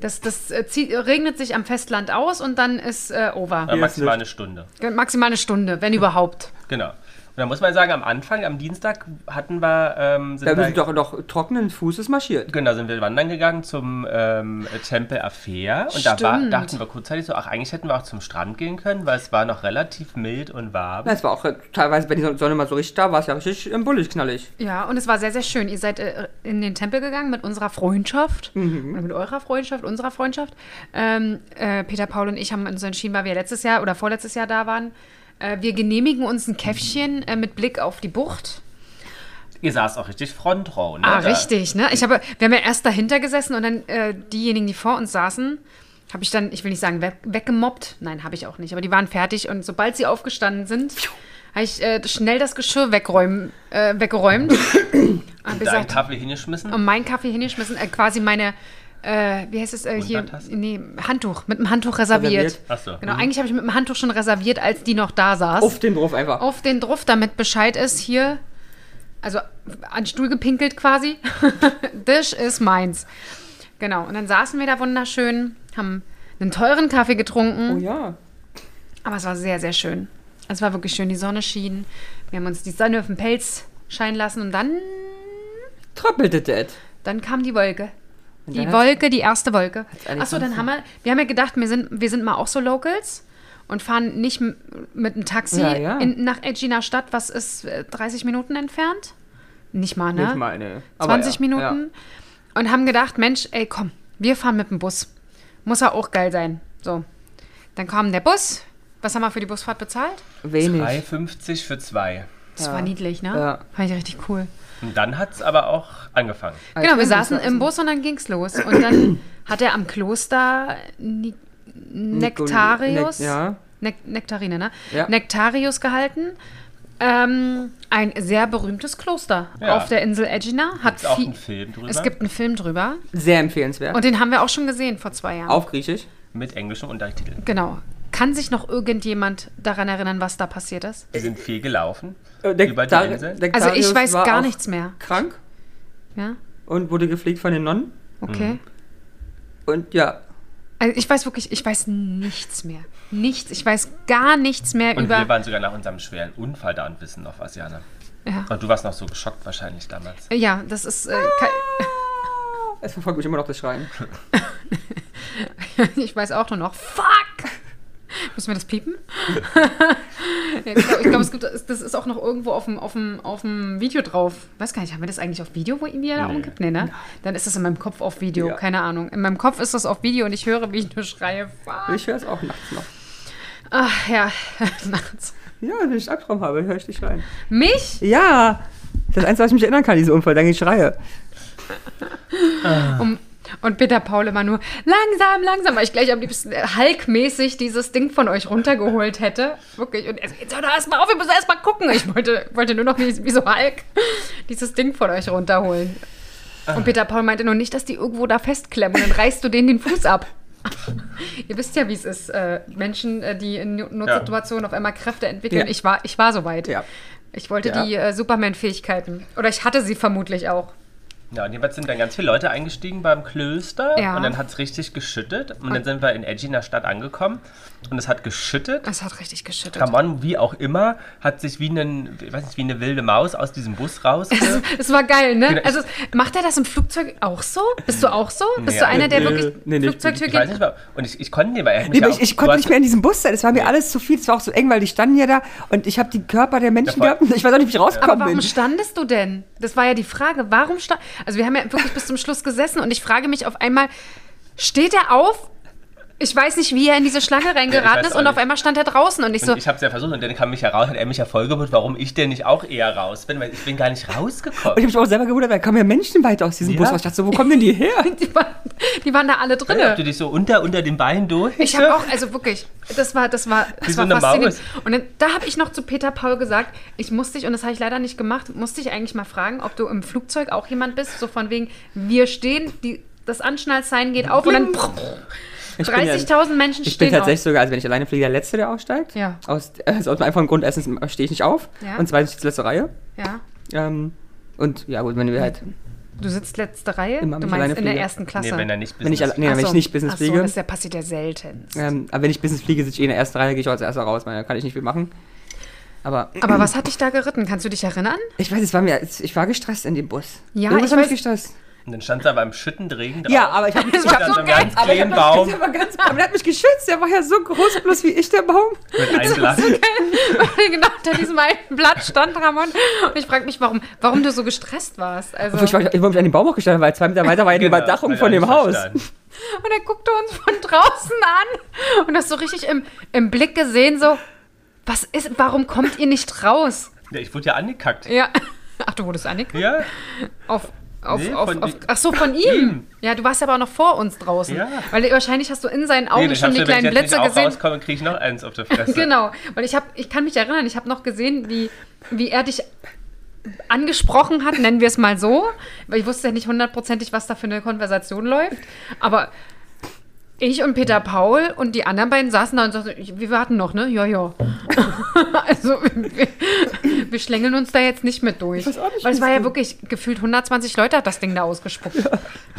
[SPEAKER 3] Das, das äh, zieht, regnet sich am Festland aus und dann ist äh, over.
[SPEAKER 2] Ja, maximal eine Stunde.
[SPEAKER 3] Maximal eine Stunde, wenn überhaupt.
[SPEAKER 2] Genau. Und da muss man sagen, am Anfang, am Dienstag hatten wir, ähm, sind
[SPEAKER 1] Da
[SPEAKER 2] wir,
[SPEAKER 1] bist du doch noch trockenen Fußes marschiert.
[SPEAKER 2] genau, sind wir wandern gegangen zum ähm, Tempel Afea. Und da war,
[SPEAKER 3] Stimmt.
[SPEAKER 2] dachten wir kurzzeitig so, ach, eigentlich hätten wir auch zum Strand gehen können, weil es war noch relativ mild und warm.
[SPEAKER 1] Na, es war auch äh, teilweise, wenn die Son- Sonne mal so richtig da war, war es ja richtig ähm, bullig knallig.
[SPEAKER 3] Ja, und es war sehr, sehr schön. Ihr seid äh, in den Tempel gegangen mit unserer Freundschaft, oder mit eurer Freundschaft, unserer Freundschaft. Ähm, äh, Peter, Paul und ich haben uns entschieden, weil wir letztes Jahr oder vorletztes Jahr da waren, äh, wir genehmigen uns ein Käffchen äh, mit Blick auf die Bucht.
[SPEAKER 2] Ihr saß auch richtig Frontrow, ne?
[SPEAKER 3] Ah,
[SPEAKER 2] Da-
[SPEAKER 3] richtig, ne? Ich habe, wir haben ja erst dahinter gesessen und dann äh, diejenigen, die vor uns saßen, habe ich dann, ich will nicht sagen, we weggemobbt. Nein, habe ich auch nicht. Aber die waren fertig und sobald sie aufgestanden sind, habe ich äh, schnell das Geschirr wegräumen, äh, weggeräumt. und
[SPEAKER 2] Deinen
[SPEAKER 3] gesagt,
[SPEAKER 2] Kaffee hingeschmissen.
[SPEAKER 3] und meinen Kaffee hingeschmissen, äh, quasi meine, äh, wie heißt es äh, hier?
[SPEAKER 2] Untertasse?
[SPEAKER 3] Nee, Handtuch, mit dem Handtuch reserviert.
[SPEAKER 1] Reserviert.
[SPEAKER 2] Ach so. Mhm.
[SPEAKER 3] Genau, eigentlich habe ich mit dem Handtuch schon reserviert, als die noch da saß.
[SPEAKER 1] Auf den Ruf einfach.
[SPEAKER 3] Auf den Druff, damit Bescheid ist, hier, also an den Stuhl gepinkelt quasi. Dish ist meins. Genau, und dann saßen wir da wunderschön, haben einen teuren Kaffee getrunken,
[SPEAKER 1] Oh ja.
[SPEAKER 3] aber es war sehr, sehr schön. Es war wirklich schön, die Sonne schien. Wir haben uns die Sonne auf den Pelz scheinen lassen und dann
[SPEAKER 1] Tröppelte das.
[SPEAKER 3] dann kam die Wolke. Die
[SPEAKER 1] dann hat's-
[SPEAKER 3] Wolke, die erste Wolke.
[SPEAKER 1] eigentlich
[SPEAKER 3] Achso, dann
[SPEAKER 1] sonst-
[SPEAKER 3] haben wir, wir haben ja gedacht, wir sind, wir sind mal auch so Locals und fahren nicht m- mit dem Taxi
[SPEAKER 1] Ja, ja.
[SPEAKER 3] In, nach Edgina Stadt, was ist äh, 30 Minuten entfernt? Nicht mal, ne?
[SPEAKER 1] Nicht mal, ne. Aber
[SPEAKER 3] 20
[SPEAKER 1] ja,
[SPEAKER 3] Minuten. Und haben gedacht, Mensch, ey, komm, wir fahren mit dem Bus. Muss ja auch geil sein. So. Dann kam der Bus. Was haben wir für die Busfahrt bezahlt?
[SPEAKER 1] Ja. Wenig.
[SPEAKER 2] 3,50 für zwei.
[SPEAKER 3] Das
[SPEAKER 1] Ja.
[SPEAKER 3] war niedlich, ne?
[SPEAKER 1] Ja.
[SPEAKER 3] Fand ich richtig cool.
[SPEAKER 2] Und dann hat es aber auch angefangen.
[SPEAKER 3] Genau, wir
[SPEAKER 1] Als
[SPEAKER 3] saßen
[SPEAKER 1] Kindern
[SPEAKER 3] im Bus und dann ging's los. Und dann hat er am Kloster Ni Nektarius.
[SPEAKER 1] Nek- ja.
[SPEAKER 3] Nek Nektarine, ne?
[SPEAKER 1] Ja.
[SPEAKER 3] Nektarius gehalten. Ähm, ein sehr berühmtes Kloster
[SPEAKER 2] Ja.
[SPEAKER 3] auf der Insel Aegina. Hat
[SPEAKER 2] Ist auch
[SPEAKER 3] viel-
[SPEAKER 2] ein Film drüber.
[SPEAKER 3] Es gibt einen Film drüber.
[SPEAKER 1] Sehr empfehlenswert.
[SPEAKER 3] Und den haben wir auch schon gesehen vor zwei Jahren.
[SPEAKER 1] Auf Griechisch.
[SPEAKER 2] Mit englischem Untertitel.
[SPEAKER 3] Genau. Kann sich noch irgendjemand daran erinnern, was da passiert ist?
[SPEAKER 2] Wir sind viel gelaufen.
[SPEAKER 1] Äh, der
[SPEAKER 2] über die
[SPEAKER 1] Tar-
[SPEAKER 2] Insel.
[SPEAKER 1] der
[SPEAKER 3] Also ich
[SPEAKER 1] Tarius
[SPEAKER 3] weiß
[SPEAKER 1] war
[SPEAKER 3] gar
[SPEAKER 1] auch
[SPEAKER 3] nichts mehr.
[SPEAKER 1] Krank
[SPEAKER 3] Ja,
[SPEAKER 1] und wurde gepflegt von den Nonnen.
[SPEAKER 2] Mhm.
[SPEAKER 3] okay.
[SPEAKER 1] Und ja,
[SPEAKER 3] Also ich weiß wirklich, ich weiß nichts mehr. Nichts. Ich weiß gar nichts mehr
[SPEAKER 2] Und wir
[SPEAKER 3] über.
[SPEAKER 2] waren sogar nach unserem schweren Unfall da und wissen noch was, Jana.
[SPEAKER 3] Ja.
[SPEAKER 2] Und du warst noch so geschockt wahrscheinlich damals.
[SPEAKER 3] ja, das ist. Äh, kei-
[SPEAKER 1] es verfolgt mich immer noch das Schreien. Ah.
[SPEAKER 3] ich weiß auch nur noch. Fuck! Müssen wir das piepen? ja, genau, ich glaube, glaub, es gibt- es- das ist auch noch irgendwo auf dem, auf, dem, auf dem Video drauf. Weiß gar nicht, haben wir das eigentlich auf Video, wo ihn wir da
[SPEAKER 2] Nee.
[SPEAKER 3] umgibt? Nee, ne? Dann ist das in meinem Kopf auf Video,
[SPEAKER 1] Ja.
[SPEAKER 3] keine Ahnung. In meinem Kopf ist das auf Video und ich höre, wie ich nur schreie. Fuck!
[SPEAKER 1] Ich höre es auch nachts noch.
[SPEAKER 3] Ach ja, nachts.
[SPEAKER 1] Ja, wenn ich Albtraum habe, höre ich dich schreien.
[SPEAKER 3] Mich?
[SPEAKER 1] Ja, das ist das Einzige, was ich mich erinnern kann, diese Unfall, dann ich schreie.
[SPEAKER 3] Um, und Peter Paul immer nur langsam, langsam, weil ich gleich am liebsten äh, Hulk-mäßig dieses Ding von euch runtergeholt hätte. Wirklich. Und er so, jetzt hör doch erstmal auf, wir müssen erstmal gucken. Ich wollte, wollte nur noch wie, wie so Hulk dieses Ding von euch runterholen.
[SPEAKER 1] Ah.
[SPEAKER 3] Und Peter Paul meinte nur nicht, dass die irgendwo da festklemmen und dann reißt du denen den Fuß ab. Ihr wisst ja, wie es ist. Äh, Menschen, äh, die in Nu- Notsituationen auf einmal Kräfte entwickeln.
[SPEAKER 1] Ja.
[SPEAKER 3] Ich war, ich war soweit.
[SPEAKER 1] Ja.
[SPEAKER 3] Ich wollte
[SPEAKER 1] Ja.
[SPEAKER 3] die äh, Superman-Fähigkeiten. Oder ich hatte sie vermutlich auch.
[SPEAKER 2] Ja, und jeweils sind dann ganz viele Leute eingestiegen beim Klöster.
[SPEAKER 3] Ja.
[SPEAKER 2] Und dann hat es richtig geschüttet. Und dann sind wir in Edgina Stadt angekommen. Und es hat geschüttet.
[SPEAKER 3] Es hat richtig geschüttet.
[SPEAKER 2] Ramon, wie auch immer, hat sich wie, einen, ich weiß nicht, wie eine wilde Maus aus diesem Bus rausge...
[SPEAKER 3] Es war geil, ne?
[SPEAKER 2] Genau, ich-
[SPEAKER 3] Also macht er das im Flugzeug auch so? Bist du auch so? Bist du
[SPEAKER 2] Nee,
[SPEAKER 3] einer, der
[SPEAKER 1] nee,
[SPEAKER 3] wirklich
[SPEAKER 1] nee, nee, ich
[SPEAKER 3] Flugzeugtür
[SPEAKER 2] Ich weiß
[SPEAKER 3] geht?
[SPEAKER 2] nicht mehr. Und ich, ich konnte den, weil er hat mich
[SPEAKER 1] Lieber,
[SPEAKER 2] ja
[SPEAKER 1] ich, ich
[SPEAKER 2] du
[SPEAKER 1] konnte
[SPEAKER 2] hast-
[SPEAKER 1] nicht mehr in diesem Bus sein, es war mir alles zu viel, es war auch so eng, weil die standen ja da und ich habe die Körper der Menschen
[SPEAKER 2] Ja, voll.
[SPEAKER 1] gehabt und ich weiß auch nicht, wie ich
[SPEAKER 3] Aber
[SPEAKER 1] rausgekommen
[SPEAKER 3] warum
[SPEAKER 1] bin.
[SPEAKER 3] standest du denn? Das war ja die Frage. Warum stand. Also, wir haben ja wirklich bis zum Schluss gesessen und ich frage mich auf einmal, steht er auf? Ich weiß nicht, wie er in diese Schlange
[SPEAKER 2] Ja, ich
[SPEAKER 3] reingeraten
[SPEAKER 2] weiß
[SPEAKER 3] ist
[SPEAKER 2] auch
[SPEAKER 3] und auf
[SPEAKER 2] nicht.
[SPEAKER 3] einmal stand er draußen und ich so.
[SPEAKER 2] Und ich habe es ja versucht und dann kam mich ja raus, hat er mich ja vollgebucht, warum ich denn nicht auch eher raus bin, weil ich bin gar nicht
[SPEAKER 1] Und ich
[SPEAKER 2] rausgekommen.
[SPEAKER 1] habe mich auch selber gewundert, weil kamen ja Menschen weiter aus diesem
[SPEAKER 2] Ja.
[SPEAKER 1] Bus raus. Ich dachte so, wo kommen denn die her?
[SPEAKER 3] die, waren, die waren da alle
[SPEAKER 2] Ob du
[SPEAKER 3] drinne.
[SPEAKER 2] dich so unter, unter den Beinen durch?
[SPEAKER 3] Ich habe auch, also wirklich, das war, das war, das
[SPEAKER 2] Wie so
[SPEAKER 3] war
[SPEAKER 2] eine
[SPEAKER 3] faszinierend. Und dann, da habe ich noch zu Peter Paul gesagt, ich muss dich, und das habe ich leider nicht gemacht, musste ich eigentlich mal fragen, ob du im Flugzeug auch jemand bist, so von wegen, wir stehen, die, das Anschnallzeichen geht auf und dann
[SPEAKER 1] Ich bin ja-
[SPEAKER 3] 30.000 Menschen
[SPEAKER 1] Ich bin
[SPEAKER 3] stehen
[SPEAKER 1] tatsächlich
[SPEAKER 3] auf.
[SPEAKER 1] sogar, also wenn ich alleine fliege, der Letzte, der aussteigt.
[SPEAKER 3] Ja.
[SPEAKER 1] Aus, also aus dem einfachen Grund, erstens stehe ich nicht auf
[SPEAKER 3] Ja.
[SPEAKER 1] und zweitens die letzte Reihe.
[SPEAKER 3] Ja.
[SPEAKER 1] Ähm, und ja gut, wenn wir halt,
[SPEAKER 3] Du sitzt letzte Reihe,
[SPEAKER 1] Immer, wenn
[SPEAKER 3] du
[SPEAKER 1] ich
[SPEAKER 3] meinst
[SPEAKER 1] alleine
[SPEAKER 3] in der
[SPEAKER 1] fliege.
[SPEAKER 3] ersten
[SPEAKER 2] Nee,
[SPEAKER 3] Klasse.
[SPEAKER 2] wenn er nicht
[SPEAKER 1] wenn ich, alle-
[SPEAKER 2] Business-
[SPEAKER 1] nee, wenn
[SPEAKER 3] Ach
[SPEAKER 1] ich
[SPEAKER 3] so,
[SPEAKER 1] nicht Business
[SPEAKER 3] ach so,
[SPEAKER 1] fliege,
[SPEAKER 3] das ist ja passiert ja selten.
[SPEAKER 1] ähm, aber wenn ich Business fliege, sitze ich eh in der ersten Reihe, gehe ich auch als erster raus, weil da kann ich nicht viel machen. Aber
[SPEAKER 3] Aber was hat dich da geritten? Kannst du dich erinnern?
[SPEAKER 1] ich weiß, es war mir, ich war gestresst in dem Bus.
[SPEAKER 3] Ja,
[SPEAKER 1] Irgendwas
[SPEAKER 3] ich
[SPEAKER 1] hat mich
[SPEAKER 3] weiß-
[SPEAKER 1] gestresst.
[SPEAKER 2] Und dann stand da beim schüttenden Regen drauf.
[SPEAKER 1] Ja, aber ich habe
[SPEAKER 3] Das
[SPEAKER 1] ich
[SPEAKER 3] war
[SPEAKER 1] hab
[SPEAKER 2] Stand
[SPEAKER 3] so
[SPEAKER 1] so
[SPEAKER 2] am
[SPEAKER 3] geil.
[SPEAKER 2] ganz
[SPEAKER 1] aber ich hab
[SPEAKER 2] kleinen
[SPEAKER 1] mich, Baum.
[SPEAKER 2] Baum
[SPEAKER 1] Der war ganz, aber der hat mich geschützt, der war ja so groß, bloß wie ich, der Baum.
[SPEAKER 2] mit einblasen.
[SPEAKER 3] genau, unter diesem alten Blatt stand Ramon. Und ich frage mich, warum, warum du so gestresst warst. Also,
[SPEAKER 1] Obwohl Ich war, ich war mich an den Baum auch gestanden, weil zwei Meter weiter war ja die Überdachung
[SPEAKER 2] Genau, weil
[SPEAKER 1] von
[SPEAKER 2] er
[SPEAKER 1] dem
[SPEAKER 2] nicht
[SPEAKER 1] Haus.
[SPEAKER 2] verstanden.
[SPEAKER 3] Und er guckte uns von draußen an und hast so richtig im, im Blick gesehen, so, was ist, warum kommt ihr nicht raus?
[SPEAKER 2] Ja, ich wurde ja angekackt.
[SPEAKER 3] Ja. Ach, du wurdest Annika?
[SPEAKER 2] Ja,
[SPEAKER 3] Auf, auf,
[SPEAKER 2] Nee,
[SPEAKER 3] auf,
[SPEAKER 2] von
[SPEAKER 3] auf,
[SPEAKER 2] ihm.
[SPEAKER 3] ach so, von ihm. Ja, du warst aber auch noch vor uns draußen.
[SPEAKER 2] Ja.
[SPEAKER 3] Weil wahrscheinlich hast du in seinen Augen
[SPEAKER 2] das
[SPEAKER 3] schon
[SPEAKER 2] hab
[SPEAKER 3] die
[SPEAKER 2] ich- wenn
[SPEAKER 3] kleinen
[SPEAKER 2] ich jetzt
[SPEAKER 3] Blitze
[SPEAKER 2] nicht auch
[SPEAKER 3] gesehen.
[SPEAKER 2] rauskomme, kriege ich noch eins auf der Fresse.
[SPEAKER 3] Genau, weil ich habe, ich kann mich erinnern, ich habe noch gesehen, wie, wie er dich angesprochen hat, nennen wir es mal so, weil ich wusste ja nicht hundertprozentig, was da für eine Konversation läuft, aber ich und Peter Paul und die anderen beiden saßen da und sagten, ich- wir warten noch, ne? Ja, ja. also wir, wir schlängeln uns da jetzt nicht mit durch.
[SPEAKER 1] weiß auch nicht,
[SPEAKER 3] weil es
[SPEAKER 1] was
[SPEAKER 3] war ja
[SPEAKER 1] du-
[SPEAKER 3] wirklich gefühlt 120 Leute hat das Ding da ausgespuckt.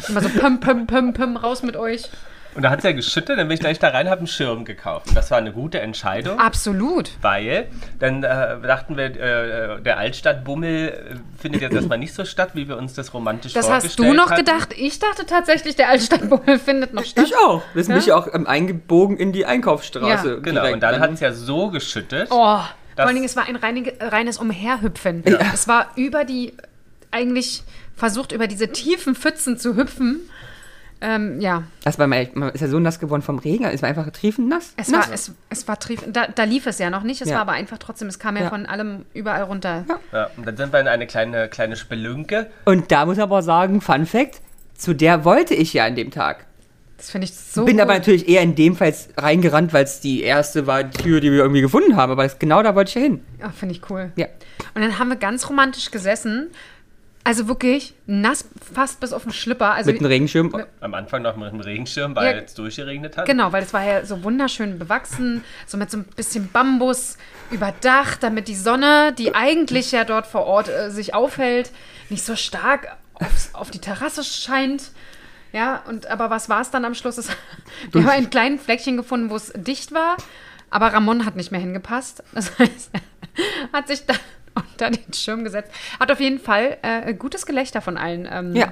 [SPEAKER 3] Immer so pum, pum, pum, pum, raus mit euch.
[SPEAKER 2] Und da hat es ja geschüttet, dann bin ich gleich da rein, habe einen Schirm gekauft. Und das war eine gute Entscheidung.
[SPEAKER 3] Absolut.
[SPEAKER 2] Weil dann äh, dachten wir, äh, der Altstadtbummel äh, findet jetzt erstmal nicht so statt, wie wir uns das romantisch
[SPEAKER 3] Das hast
[SPEAKER 2] vorgestellt
[SPEAKER 3] du noch
[SPEAKER 2] hatten.
[SPEAKER 3] gedacht. Ich dachte tatsächlich, der Altstadtbummel findet noch statt.
[SPEAKER 1] Ich auch. Wir sind mich auch ähm, eingebogen in die Einkaufsstraße.
[SPEAKER 3] Ja.
[SPEAKER 2] Genau,
[SPEAKER 1] direkt. Ähm,
[SPEAKER 2] und dann hat es ja so geschüttet.
[SPEAKER 3] Oh, vor
[SPEAKER 2] Das-
[SPEAKER 3] allen Dingen, es war ein reinig, reines Umherhüpfen. Es war über die, eigentlich versucht, über diese tiefen Pfützen zu hüpfen. Ähm, ja,
[SPEAKER 1] Das war mal, man ist ja so nass geworden vom Regen, ist man einfach triefend nass.
[SPEAKER 3] es
[SPEAKER 1] nass.
[SPEAKER 3] war, es, es war trief, da, da lief es ja noch nicht, es
[SPEAKER 1] Ja.
[SPEAKER 3] war aber einfach trotzdem, es kam ja,
[SPEAKER 1] Ja.
[SPEAKER 3] von allem überall runter.
[SPEAKER 2] Ja, und dann sind wir in eine kleine, kleine Spelunke.
[SPEAKER 1] Und da muss man aber sagen, Fun Fact, zu der wollte ich ja an dem Tag.
[SPEAKER 3] Das finde ich so
[SPEAKER 1] Bin
[SPEAKER 3] gut.
[SPEAKER 1] aber natürlich eher in dem Fall reingerannt, weil es die erste war, die Tür, die wir irgendwie gefunden haben. Aber das, genau da wollte ich ja hin.
[SPEAKER 3] Ach, Ah, finde ich cool.
[SPEAKER 1] Ja.
[SPEAKER 3] Und dann haben wir ganz romantisch gesessen, also wirklich nass, fast bis auf den Schlipper. Also
[SPEAKER 1] Mit einem Regenschirm.
[SPEAKER 2] Am Anfang noch mit dem Regenschirm, weil
[SPEAKER 3] Ja.
[SPEAKER 2] es durchgeregnet hat.
[SPEAKER 3] Genau, weil es war ja so wunderschön bewachsen, so mit so ein bisschen Bambus überdacht, damit die Sonne, die eigentlich ja dort vor Ort äh, sich aufhält, nicht so stark aufs, auf die Terrasse scheint. Ja, und aber was war es dann am Schluss? Es, wir haben ein kleines Fleckchen gefunden, wo es dicht war, aber Ramon hat nicht mehr hingepasst. Das heißt, er hat sich da unter den Schirm gesetzt. Hat auf jeden Fall äh, gutes Gelächter von allen ähm,
[SPEAKER 1] Ja.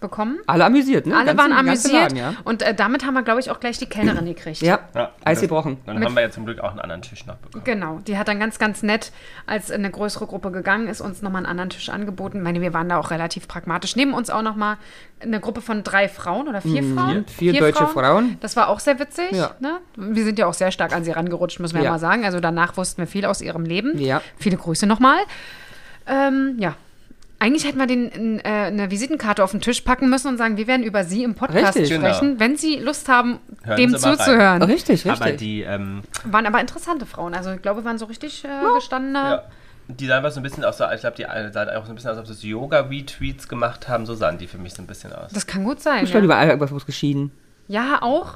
[SPEAKER 3] bekommen.
[SPEAKER 1] Alle amüsiert, ne?
[SPEAKER 3] Alle
[SPEAKER 1] Ganze-
[SPEAKER 3] waren
[SPEAKER 1] ganze
[SPEAKER 3] amüsiert
[SPEAKER 1] Laden, ja.
[SPEAKER 3] und äh, damit haben wir, glaube ich, auch gleich die Kellnerin gekriegt.
[SPEAKER 1] Ja,
[SPEAKER 2] Ja,
[SPEAKER 1] Eis
[SPEAKER 2] und
[SPEAKER 1] gebrochen.
[SPEAKER 2] Dann
[SPEAKER 3] Mit-
[SPEAKER 2] haben wir ja zum Glück auch einen anderen Tisch noch bekommen.
[SPEAKER 3] Genau, die hat dann ganz, ganz nett, als in eine größere Gruppe gegangen ist, uns nochmal einen anderen Tisch angeboten. Ich meine, wir waren da auch relativ pragmatisch. Neben uns auch nochmal eine Gruppe von drei Frauen oder vier Frauen.
[SPEAKER 1] Mhm. Vier deutsche Frauen.
[SPEAKER 3] Das war auch sehr witzig.
[SPEAKER 1] Ja.
[SPEAKER 3] Ne? Wir sind ja auch sehr stark an sie rangerutscht, müssen wir ja.
[SPEAKER 1] Ja.
[SPEAKER 3] mal sagen. Also danach wussten wir viel aus ihrem Leben.
[SPEAKER 1] Ja.
[SPEAKER 3] Viele Grüße nochmal. Ähm, ja. Eigentlich hätten wir den, äh, eine Visitenkarte auf den Tisch packen müssen und sagen, wir werden über Sie im Podcast
[SPEAKER 1] Richtig.
[SPEAKER 3] sprechen,
[SPEAKER 2] Genau.
[SPEAKER 3] wenn Sie Lust haben,
[SPEAKER 2] Hören
[SPEAKER 3] dem
[SPEAKER 2] Sie mal rein.
[SPEAKER 3] zuzuhören.
[SPEAKER 1] Richtig, richtig.
[SPEAKER 2] Aber die, ähm,
[SPEAKER 3] Waren aber interessante Frauen. Also ich glaube, waren so richtig äh, gestandene.
[SPEAKER 2] ja, die sahen was so ein bisschen aus, so- ich glaube, die eine sahen auch so ein bisschen aus, als ob sie so Yoga-Retweets gemacht haben. So sahen die für mich so ein bisschen aus.
[SPEAKER 3] Das kann gut sein.
[SPEAKER 1] ich glaube,
[SPEAKER 3] Ja.
[SPEAKER 1] überall irgendwas muss geschieden.
[SPEAKER 3] ja, auch.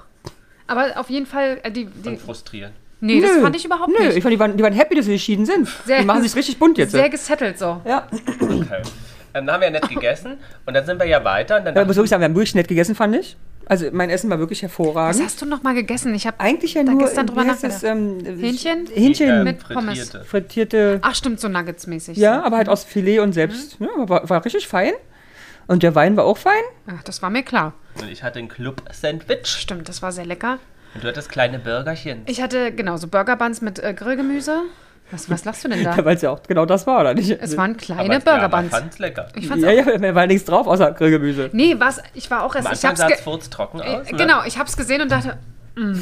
[SPEAKER 3] Aber auf jeden Fall, äh, die, die
[SPEAKER 2] Und frustrierend.
[SPEAKER 3] nee, das
[SPEAKER 1] Nö.
[SPEAKER 3] fand ich überhaupt
[SPEAKER 1] Nö,
[SPEAKER 3] nicht.
[SPEAKER 1] ich fand, die waren, die waren happy, dass sie geschieden sind.
[SPEAKER 3] Sehr-
[SPEAKER 1] die machen sich richtig bunt jetzt.
[SPEAKER 3] Sehr gesettelt so.
[SPEAKER 1] ja.
[SPEAKER 2] Okay. Ähm, dann haben wir ja nett gegessen und dann sind wir ja weiter. Und dann
[SPEAKER 1] Ja,
[SPEAKER 2] dachten
[SPEAKER 1] ich muss wirklich sagen, wir haben wirklich nett gegessen, fand ich. Also mein Essen war wirklich
[SPEAKER 3] Was
[SPEAKER 1] hervorragend.
[SPEAKER 3] hast du noch mal gegessen? Ich habe
[SPEAKER 1] Eigentlich ja
[SPEAKER 3] da
[SPEAKER 1] nur
[SPEAKER 3] gestern
[SPEAKER 1] äh,
[SPEAKER 3] drüber
[SPEAKER 1] wie heißt das,
[SPEAKER 3] nachgedacht.
[SPEAKER 1] ähm,
[SPEAKER 3] Hähnchen?
[SPEAKER 1] Hähnchen
[SPEAKER 2] ähm,
[SPEAKER 1] mit
[SPEAKER 3] mit Pommes.
[SPEAKER 2] frittierte.
[SPEAKER 1] frittierte,
[SPEAKER 3] Ach stimmt, so Nuggets-mäßig.
[SPEAKER 1] ja, aber halt aus Filet und selbst. Ja, war, war richtig fein. Und der Wein war auch fein.
[SPEAKER 3] Ach, das war mir klar.
[SPEAKER 2] Und ich hatte ein Club-Sandwich.
[SPEAKER 3] Stimmt, das war sehr lecker.
[SPEAKER 2] Und du hattest kleine Burgerchen.
[SPEAKER 3] Ich hatte genau so Burger Buns mit äh, Grillgemüse. Was, was lachst du denn da?
[SPEAKER 1] Weil es ja auch genau das war, oder nicht?
[SPEAKER 3] Es waren kleine
[SPEAKER 2] Aber- ja,
[SPEAKER 3] Burger
[SPEAKER 2] aber
[SPEAKER 3] Buns.
[SPEAKER 2] fand's lecker.
[SPEAKER 3] Ich fand's
[SPEAKER 1] ja, ja, mehr war nichts drauf, außer Grillgemüse.
[SPEAKER 3] Nee, was? Ich war auch erst.
[SPEAKER 2] Am
[SPEAKER 3] Ich
[SPEAKER 2] Anfang
[SPEAKER 3] hab's
[SPEAKER 2] sah
[SPEAKER 3] ge
[SPEAKER 2] es furztrocken aus. ne?
[SPEAKER 3] Genau, ich hab's gesehen und dachte, mm.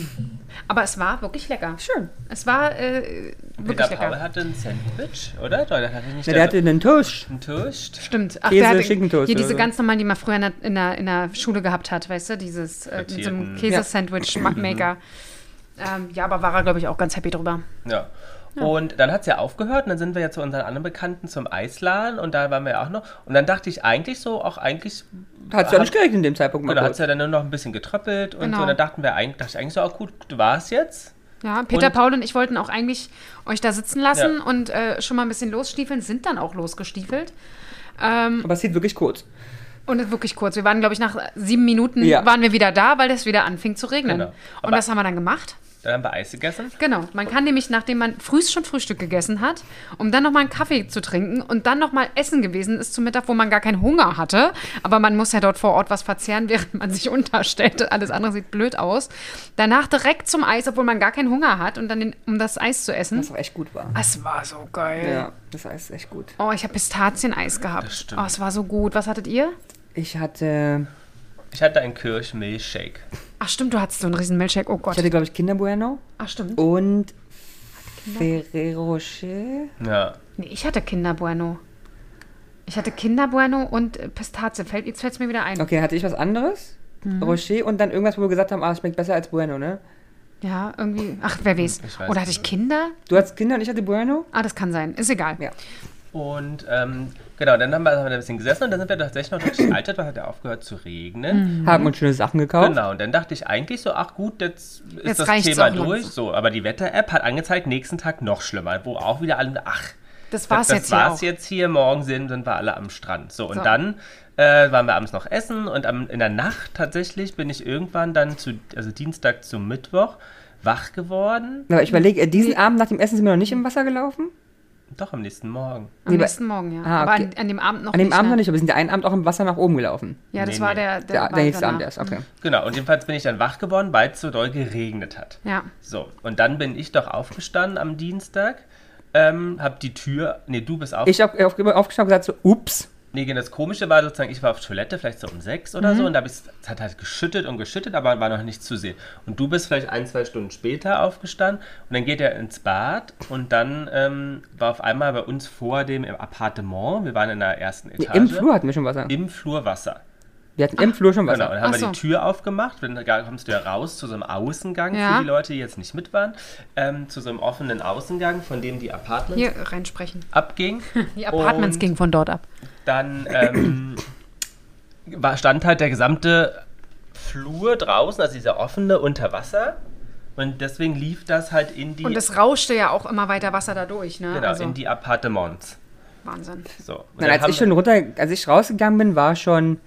[SPEAKER 3] aber es war wirklich lecker.
[SPEAKER 1] Schön.
[SPEAKER 3] Es war äh,
[SPEAKER 2] Peter
[SPEAKER 3] wirklich
[SPEAKER 2] Paul
[SPEAKER 3] lecker.
[SPEAKER 2] hatte ein Sandwich, oder? Oder hatte nicht
[SPEAKER 1] Ja, der hatte einen Tisch.
[SPEAKER 2] einen Toast.
[SPEAKER 3] Stimmt. Ach,
[SPEAKER 1] Käse,
[SPEAKER 3] der hatte
[SPEAKER 1] Schinkentoast
[SPEAKER 3] hier
[SPEAKER 1] oder
[SPEAKER 3] diese
[SPEAKER 1] so.
[SPEAKER 3] ganz normalen, die man früher in der, in der, in der Schule gehabt hat, weißt du, dieses äh, mit so einem
[SPEAKER 2] Frittierten. Mhm.
[SPEAKER 3] Käse-Sandwich-Maker. ähm, ja, aber war er, glaube ich, auch ganz happy drüber.
[SPEAKER 2] Ja. Und dann hat es ja aufgehört und dann sind wir ja zu unseren anderen Bekannten zum Eisladen und da waren wir ja auch noch. Und dann dachte ich eigentlich so, auch eigentlich,
[SPEAKER 1] Hat es ja nicht gerechnet in dem Zeitpunkt.
[SPEAKER 2] oder
[SPEAKER 1] Marco.
[SPEAKER 2] hat es ja dann nur noch ein bisschen getröppelt und
[SPEAKER 3] Genau.
[SPEAKER 2] so. Und dann dachten wir eigentlich, dachte ich eigentlich so, auch gut, du warst jetzt.
[SPEAKER 3] Ja, Peter
[SPEAKER 2] Und-
[SPEAKER 3] Paul und ich wollten auch eigentlich euch da sitzen lassen
[SPEAKER 2] Ja.
[SPEAKER 3] und äh, schon mal ein bisschen losstiefeln, sind dann auch losgestiefelt. Ähm,
[SPEAKER 1] Aber es sieht wirklich kurz.
[SPEAKER 3] und wirklich kurz. Wir waren, glaube ich, nach sieben Minuten
[SPEAKER 1] Ja.
[SPEAKER 3] waren wir wieder da, weil es wieder anfing zu regnen.
[SPEAKER 2] Genau.
[SPEAKER 3] Und
[SPEAKER 2] Aber-
[SPEAKER 3] was haben wir dann gemacht?
[SPEAKER 2] Dann haben wir Eis gegessen.
[SPEAKER 3] Genau, man kann nämlich, nachdem man früh schon Frühstück gegessen hat, um dann nochmal einen Kaffee zu trinken und dann nochmal essen gewesen ist zum Mittag, wo man gar keinen Hunger hatte, aber man muss ja dort vor Ort was verzehren, während man sich unterstellt. Alles andere sieht blöd aus. Danach direkt zum Eis, obwohl man gar keinen Hunger hat, und dann den, um das Eis zu essen.
[SPEAKER 1] Das war echt gut war.
[SPEAKER 3] Es war so geil.
[SPEAKER 1] Ja, das war echt gut.
[SPEAKER 3] Oh, ich habe Pistazieneis gehabt.
[SPEAKER 2] Das stimmt.
[SPEAKER 3] oh, es war so gut. Was hattet ihr?
[SPEAKER 1] Ich hatte,
[SPEAKER 2] Ich hatte einen Kirschmilchshake.
[SPEAKER 3] Ach stimmt, du hattest so einen riesen Milchshake. Oh Gott.
[SPEAKER 1] ich hatte glaube ich, Kinder Bueno
[SPEAKER 3] Ach stimmt.
[SPEAKER 1] und Ferrero Rocher.
[SPEAKER 2] Ja.
[SPEAKER 3] Nee, ich hatte Kinder Bueno. Ich hatte Kinder Bueno und äh, Pistazie. Fällt, jetzt fällt es mir wieder ein.
[SPEAKER 1] Okay, hatte ich was anderes? Rocher und dann irgendwas, wo wir gesagt haben, ah, es schmeckt besser als Bueno, ne?
[SPEAKER 3] Ja, irgendwie. Ach, wer weiß.
[SPEAKER 2] Ich weiß
[SPEAKER 3] Oder hatte ich Kinder?
[SPEAKER 1] Du hattest Kinder und ich hatte Bueno?
[SPEAKER 3] Ah, das kann sein. Ist egal.
[SPEAKER 1] Ja.
[SPEAKER 2] Und ähm, genau, dann haben wir, haben wir da ein bisschen gesessen und dann sind wir tatsächlich noch durch die Altstadt, weil es hat ja aufgehört zu regnen.
[SPEAKER 3] Mhm.
[SPEAKER 1] Haben uns schöne Sachen gekauft.
[SPEAKER 2] Genau, und dann dachte ich eigentlich so, ach gut, jetzt ist
[SPEAKER 3] Jetzt
[SPEAKER 2] das
[SPEAKER 3] reicht's
[SPEAKER 2] Thema
[SPEAKER 3] auch langsam.
[SPEAKER 2] durch. So, aber die Wetter-App hat angezeigt, nächsten Tag noch schlimmer, wo auch wieder alle, ach,
[SPEAKER 3] Das war's
[SPEAKER 2] das
[SPEAKER 3] jetzt hier
[SPEAKER 2] war's
[SPEAKER 3] auch.
[SPEAKER 2] jetzt hier. Morgen sind, sind wir alle am Strand. So, und
[SPEAKER 3] So.
[SPEAKER 2] dann äh, waren wir abends noch essen und am, in der Nacht tatsächlich bin ich irgendwann dann zu, also Dienstag zum Mittwoch wach geworden.
[SPEAKER 1] Aber ich überlege, äh,
[SPEAKER 3] Mhm.
[SPEAKER 1] diesen Abend nach dem Essen sind wir noch nicht im Wasser gelaufen?
[SPEAKER 2] Doch am nächsten Morgen.
[SPEAKER 3] Am
[SPEAKER 1] Nee, aber-
[SPEAKER 3] nächsten Morgen, ja.
[SPEAKER 1] Ah,
[SPEAKER 3] Aber
[SPEAKER 1] okay.
[SPEAKER 3] an, an dem Abend noch
[SPEAKER 1] An dem
[SPEAKER 3] nicht.
[SPEAKER 1] Abend
[SPEAKER 3] ne?
[SPEAKER 1] noch nicht, aber wir sind ja einen Abend auch im Wasser nach oben gelaufen.
[SPEAKER 3] Ja, das
[SPEAKER 2] Nee,
[SPEAKER 3] war
[SPEAKER 2] nee.
[SPEAKER 1] Der,
[SPEAKER 3] der, der,
[SPEAKER 1] der nächste
[SPEAKER 3] danach. Mhm.
[SPEAKER 1] Abend erst, okay.
[SPEAKER 2] Genau, und jedenfalls bin ich dann wach geworden, weil es so doll geregnet hat.
[SPEAKER 3] Ja.
[SPEAKER 2] So, und dann bin ich doch aufgestanden am Dienstag, ähm, hab die Tür, nee, du bist auf.
[SPEAKER 1] Ich habe auf, aufgeschaut und gesagt so, ups.
[SPEAKER 2] Nee, genau, das Komische war sozusagen, ich war auf Toilette, vielleicht so um sechs oder
[SPEAKER 3] Mhm.
[SPEAKER 2] so, und da hab ich's- es hat halt geschüttet und geschüttet, aber war noch nichts zu sehen. Und du bist vielleicht ein, zwei Stunden später aufgestanden und dann geht er ins Bad und dann ähm, war auf einmal bei uns vor dem Appartement, wir waren in der ersten Etage.
[SPEAKER 1] Im Flur hatten wir schon Wasser.
[SPEAKER 2] Im Flur Wasser.
[SPEAKER 1] Wir hatten
[SPEAKER 3] Ah.
[SPEAKER 1] im Flur schon
[SPEAKER 2] Genau,
[SPEAKER 1] Wasser.
[SPEAKER 2] und dann haben
[SPEAKER 3] Ach
[SPEAKER 2] wir die
[SPEAKER 3] so.
[SPEAKER 2] Tür aufgemacht, dann da kommst du ja raus zu so einem Außengang
[SPEAKER 3] Ja.
[SPEAKER 2] für die Leute, die jetzt nicht mit waren, ähm, zu so einem offenen Außengang, von dem die Apartments
[SPEAKER 3] Hier reinsprechen.
[SPEAKER 2] abging.
[SPEAKER 3] Die Apartments
[SPEAKER 2] Und
[SPEAKER 3] gingen von dort ab.
[SPEAKER 2] Dann ähm, war, stand halt der gesamte Flur draußen, also dieser offene unter Wasser. Und deswegen lief das halt in die,
[SPEAKER 3] Und es rauschte ja auch immer weiter Wasser da durch, ne?
[SPEAKER 2] genau,
[SPEAKER 3] also,
[SPEAKER 2] in die Appartements.
[SPEAKER 3] Wahnsinn.
[SPEAKER 2] So. Und
[SPEAKER 1] Nein,
[SPEAKER 2] dann
[SPEAKER 1] als
[SPEAKER 2] haben
[SPEAKER 1] ich schon runter, als ich rausgegangen bin, war schon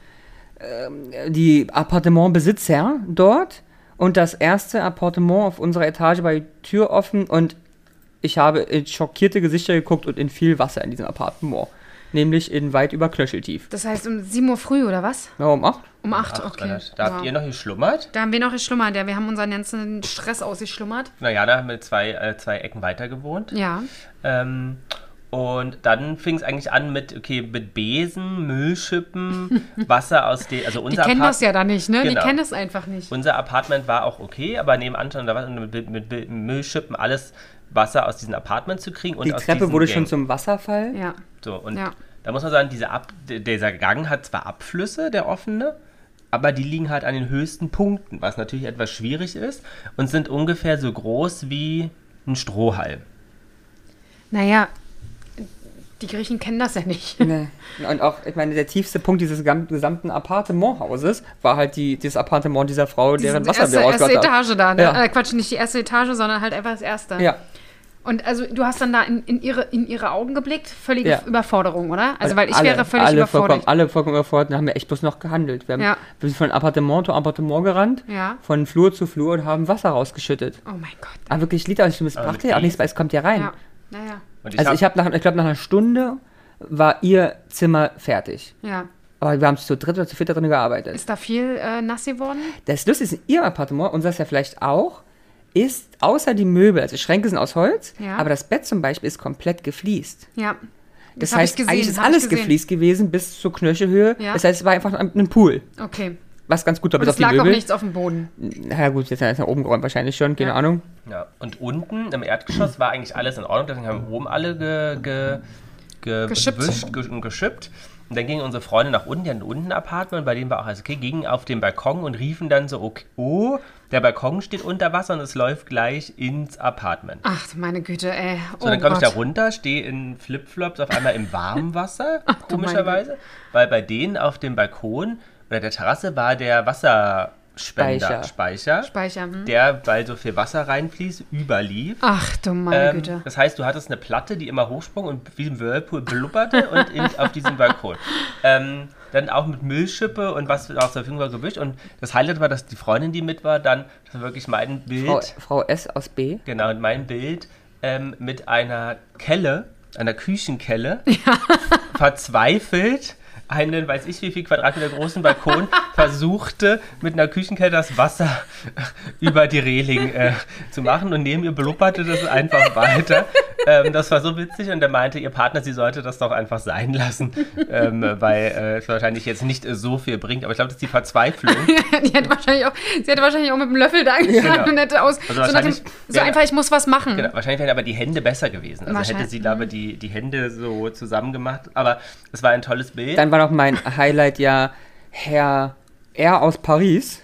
[SPEAKER 1] ähm, die Appartementbesitzer dort und das erste Appartement auf unserer Etage war die Tür offen und ich habe in schockierte Gesichter geguckt und in viel Wasser in diesem Appartement. Nämlich in weit über Knöcheltief.
[SPEAKER 3] Das heißt um 7 Uhr früh oder was?
[SPEAKER 1] Na, um acht?
[SPEAKER 3] Um 8,
[SPEAKER 2] Ach,
[SPEAKER 3] okay.
[SPEAKER 2] Da habt
[SPEAKER 3] Wow.
[SPEAKER 2] ihr noch geschlummert.
[SPEAKER 3] da haben wir noch geschlummert, ja. Wir haben unseren ganzen Stress ausgeschlummert.
[SPEAKER 2] Naja, da haben wir zwei, äh, zwei Ecken weiter gewohnt.
[SPEAKER 3] Ja.
[SPEAKER 2] Ähm, und dann fing es eigentlich an mit, okay, mit Besen, Müllschippen, Wasser aus den, also
[SPEAKER 3] Die
[SPEAKER 2] unser
[SPEAKER 3] kennen
[SPEAKER 2] Apart-
[SPEAKER 3] das ja da nicht, ne? Die
[SPEAKER 2] Genau.
[SPEAKER 3] kennen das einfach nicht.
[SPEAKER 2] Unser Apartment war auch okay, aber nebenan schon da war mit, mit, mit Bild- Müllschippen alles Wasser aus diesem Apartment zu kriegen. Und
[SPEAKER 1] Die
[SPEAKER 2] aus
[SPEAKER 1] Treppe
[SPEAKER 2] diesen
[SPEAKER 1] wurde schon
[SPEAKER 2] Gängen.
[SPEAKER 1] zum Wasserfall.
[SPEAKER 3] ja.
[SPEAKER 2] So, und
[SPEAKER 3] Ja.
[SPEAKER 2] da muss man sagen, diese Ab d- dieser Gang hat zwar Abflüsse, der offene, aber die liegen halt an den höchsten Punkten, was natürlich etwas schwierig ist und sind ungefähr so groß wie ein Strohhalm.
[SPEAKER 3] Naja, die Griechen kennen das ja nicht.
[SPEAKER 1] Nee. Und auch, ich meine, der tiefste Punkt dieses gam- gesamten Appartementhauses war halt die, dieses Appartement dieser Frau, deren
[SPEAKER 3] Die
[SPEAKER 1] Wasser
[SPEAKER 3] erste,
[SPEAKER 1] wir
[SPEAKER 3] erste
[SPEAKER 1] rausgehört haben.
[SPEAKER 3] Etage da, ne?
[SPEAKER 1] Ja.
[SPEAKER 3] Äh, Quatsch, nicht die erste Etage, sondern halt einfach das erste.
[SPEAKER 1] Ja.
[SPEAKER 3] Und also du hast dann da in, in, ihre, in ihre Augen geblickt, völlige
[SPEAKER 1] Ja.
[SPEAKER 3] Überforderung, oder? Also weil ich
[SPEAKER 1] alle,
[SPEAKER 3] wäre völlig
[SPEAKER 1] alle
[SPEAKER 3] überfordert.
[SPEAKER 1] Vollkommen, alle vollkommen überfordert. Dann haben wir echt bloß noch gehandelt. Wir, haben,
[SPEAKER 3] Ja.
[SPEAKER 1] wir sind von Appartement zu Appartement gerannt,
[SPEAKER 3] Ja.
[SPEAKER 1] von Flur zu Flur und haben Wasser rausgeschüttet.
[SPEAKER 3] Oh mein Gott.
[SPEAKER 1] Aber wirklich Lied aus, es
[SPEAKER 2] Aber
[SPEAKER 1] brachte
[SPEAKER 2] mit
[SPEAKER 1] ja auch nichts,
[SPEAKER 2] Besen?
[SPEAKER 1] weil es kommt ja rein.
[SPEAKER 3] Ja, naja.
[SPEAKER 2] Und
[SPEAKER 1] Also ich habe nach, ich glaube nach einer Stunde war ihr Zimmer fertig.
[SPEAKER 3] Ja.
[SPEAKER 1] Aber wir haben zu dritt oder zu viert drin gearbeitet.
[SPEAKER 3] Ist da viel äh, nass geworden?
[SPEAKER 1] Das Lustige ist, in ihrem Appartement, unseres ja vielleicht auch, ist außer die Möbel, also Schränke sind aus Holz,
[SPEAKER 3] Ja.
[SPEAKER 1] aber das Bett zum Beispiel ist komplett gefliest.
[SPEAKER 3] Ja.
[SPEAKER 1] Das,
[SPEAKER 3] hab
[SPEAKER 1] heißt, eigentlich ist
[SPEAKER 3] hab ich
[SPEAKER 1] alles
[SPEAKER 3] gesehen.
[SPEAKER 1] gefliest gewesen bis zur Knöchelhöhe.
[SPEAKER 3] Ja.
[SPEAKER 1] Das heißt, es war einfach ein, ein Pool.
[SPEAKER 3] Okay.
[SPEAKER 1] Was ganz gut war,
[SPEAKER 3] Und
[SPEAKER 1] bis auf
[SPEAKER 3] es
[SPEAKER 1] die
[SPEAKER 3] lag auch
[SPEAKER 1] Möbel.
[SPEAKER 3] nichts auf dem Boden.
[SPEAKER 1] Na ja, gut, jetzt ist er oben geräumt wahrscheinlich schon, keine
[SPEAKER 3] Ja.
[SPEAKER 1] Ahnung.
[SPEAKER 2] Ja, und unten im Erdgeschoss war eigentlich alles in Ordnung, deswegen haben wir oben alle ge, ge, ge,
[SPEAKER 3] Geschippt.
[SPEAKER 2] gewischt, ge, und geschippt. Und dann gingen unsere Freunde nach unten, die hatten unten ein Apartment, bei dem war auch alles okay, gingen auf den Balkon und riefen dann so, okay, oh, der Balkon steht unter Wasser und es läuft gleich ins Apartment.
[SPEAKER 3] Ach, du meine Güte, ey.
[SPEAKER 2] So,
[SPEAKER 3] oh
[SPEAKER 2] dann komme ich
[SPEAKER 3] Gott.
[SPEAKER 2] da runter, stehe in Flipflops auf einmal im warmen Wasser,
[SPEAKER 3] du meine
[SPEAKER 2] komischerweise, weil bei denen auf dem Balkon oder der Terrasse war der Wasserspender,
[SPEAKER 1] Speicher.
[SPEAKER 2] Speicher,
[SPEAKER 3] Speicher. Hm?
[SPEAKER 2] der, weil so viel Wasser reinfließt, überlief.
[SPEAKER 3] Ach du meine
[SPEAKER 2] Ähm,
[SPEAKER 3] Güte.
[SPEAKER 2] das heißt, du hattest eine Platte, die immer hochsprung und wie im Whirlpool blubberte und in, auf diesem Balkon. Ähm, dann auch mit Müllschippe und was aus der Finger gewischt. Und das Highlight war, dass die Freundin, die mit war, dann das war wirklich mein Bild,
[SPEAKER 1] Frau, Frau S. aus B.
[SPEAKER 2] genau, mein Bild ähm, mit einer Kelle, einer Küchenkelle, verzweifelt einen, weiß ich wie viel Quadratmeter großen Balkon versuchte, mit einer Küchenkelle das Wasser über die Reling äh, zu machen und neben ihr blubberte das einfach weiter. Ähm, das war so witzig und er meinte ihr Partner, sie sollte das doch einfach sein lassen, ähm, weil äh, es wahrscheinlich jetzt nicht äh, so viel bringt, aber ich glaube, das ist die Verzweiflung.
[SPEAKER 3] Die hätte wahrscheinlich auch, sie hätte wahrscheinlich auch mit dem Löffel da angefangen
[SPEAKER 2] Genau.
[SPEAKER 3] und hätte aus. so, nach dem,
[SPEAKER 2] wahrscheinlich
[SPEAKER 3] so
[SPEAKER 2] wäre-
[SPEAKER 3] einfach, ich muss was machen.
[SPEAKER 2] Genau, wahrscheinlich wären aber die Hände besser gewesen. Also hätte
[SPEAKER 3] Wahrscheinlich, mhm.
[SPEAKER 2] sie, glaube ich, die, die Hände so zusammen gemacht. Aber es war ein tolles Bild.
[SPEAKER 1] Dann war noch mein Highlight ja Herr R. aus Paris.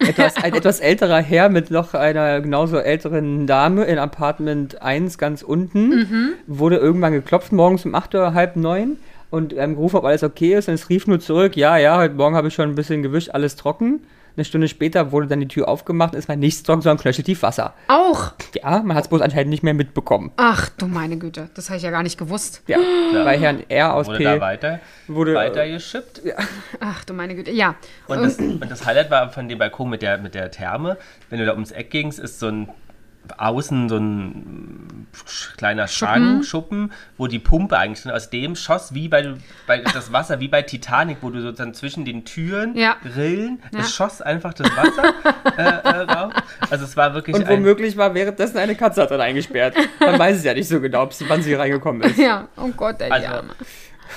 [SPEAKER 1] Etwas, ein etwas älterer Herr mit noch einer genauso älteren Dame in
[SPEAKER 2] Mhm.
[SPEAKER 1] Apartment 1 ganz unten. Wurde irgendwann geklopft, morgens um 8 Uhr, halb neun. und ähm, gerufen, ob alles okay ist. Und es rief nur zurück, ja, ja, heute Morgen habe ich schon ein bisschen gewischt, alles trocken. Eine Stunde später wurde dann die Tür aufgemacht und es war nichts trocken, sondern knöcheltief Wasser.
[SPEAKER 3] Auch.
[SPEAKER 1] Ja, man hat es bloß anscheinend nicht mehr mitbekommen.
[SPEAKER 3] Ach du meine Güte, das habe ich ja gar nicht gewusst.
[SPEAKER 1] Ja, bei Herrn R aus
[SPEAKER 2] Wurde
[SPEAKER 1] P.
[SPEAKER 2] da weiter,
[SPEAKER 1] wurde,
[SPEAKER 2] weiter geschippt.
[SPEAKER 3] Ach du meine Güte, ja.
[SPEAKER 2] Und das, und das Highlight war von dem Balkon mit der, mit der Therme. Wenn du da ums Eck gingst, ist so ein außen so ein sch- kleiner Schrank, Schuppen, wo die Pumpe eigentlich drin, aus dem schoss wie bei, bei das Wasser, wie bei Titanic, wo du sozusagen zwischen den Türen,
[SPEAKER 3] Ja.
[SPEAKER 2] Grillen,
[SPEAKER 3] Ja.
[SPEAKER 2] es schoss einfach das Wasser äh, äh, rauf. Also es war wirklich
[SPEAKER 1] Und
[SPEAKER 2] ein,
[SPEAKER 1] womöglich war währenddessen eine Katze da drin eingesperrt. Man weiß es ja nicht so genau, ob sie, wann sie reingekommen ist.
[SPEAKER 3] Ja, oh Gott, ey,
[SPEAKER 2] Also,
[SPEAKER 3] die Arme.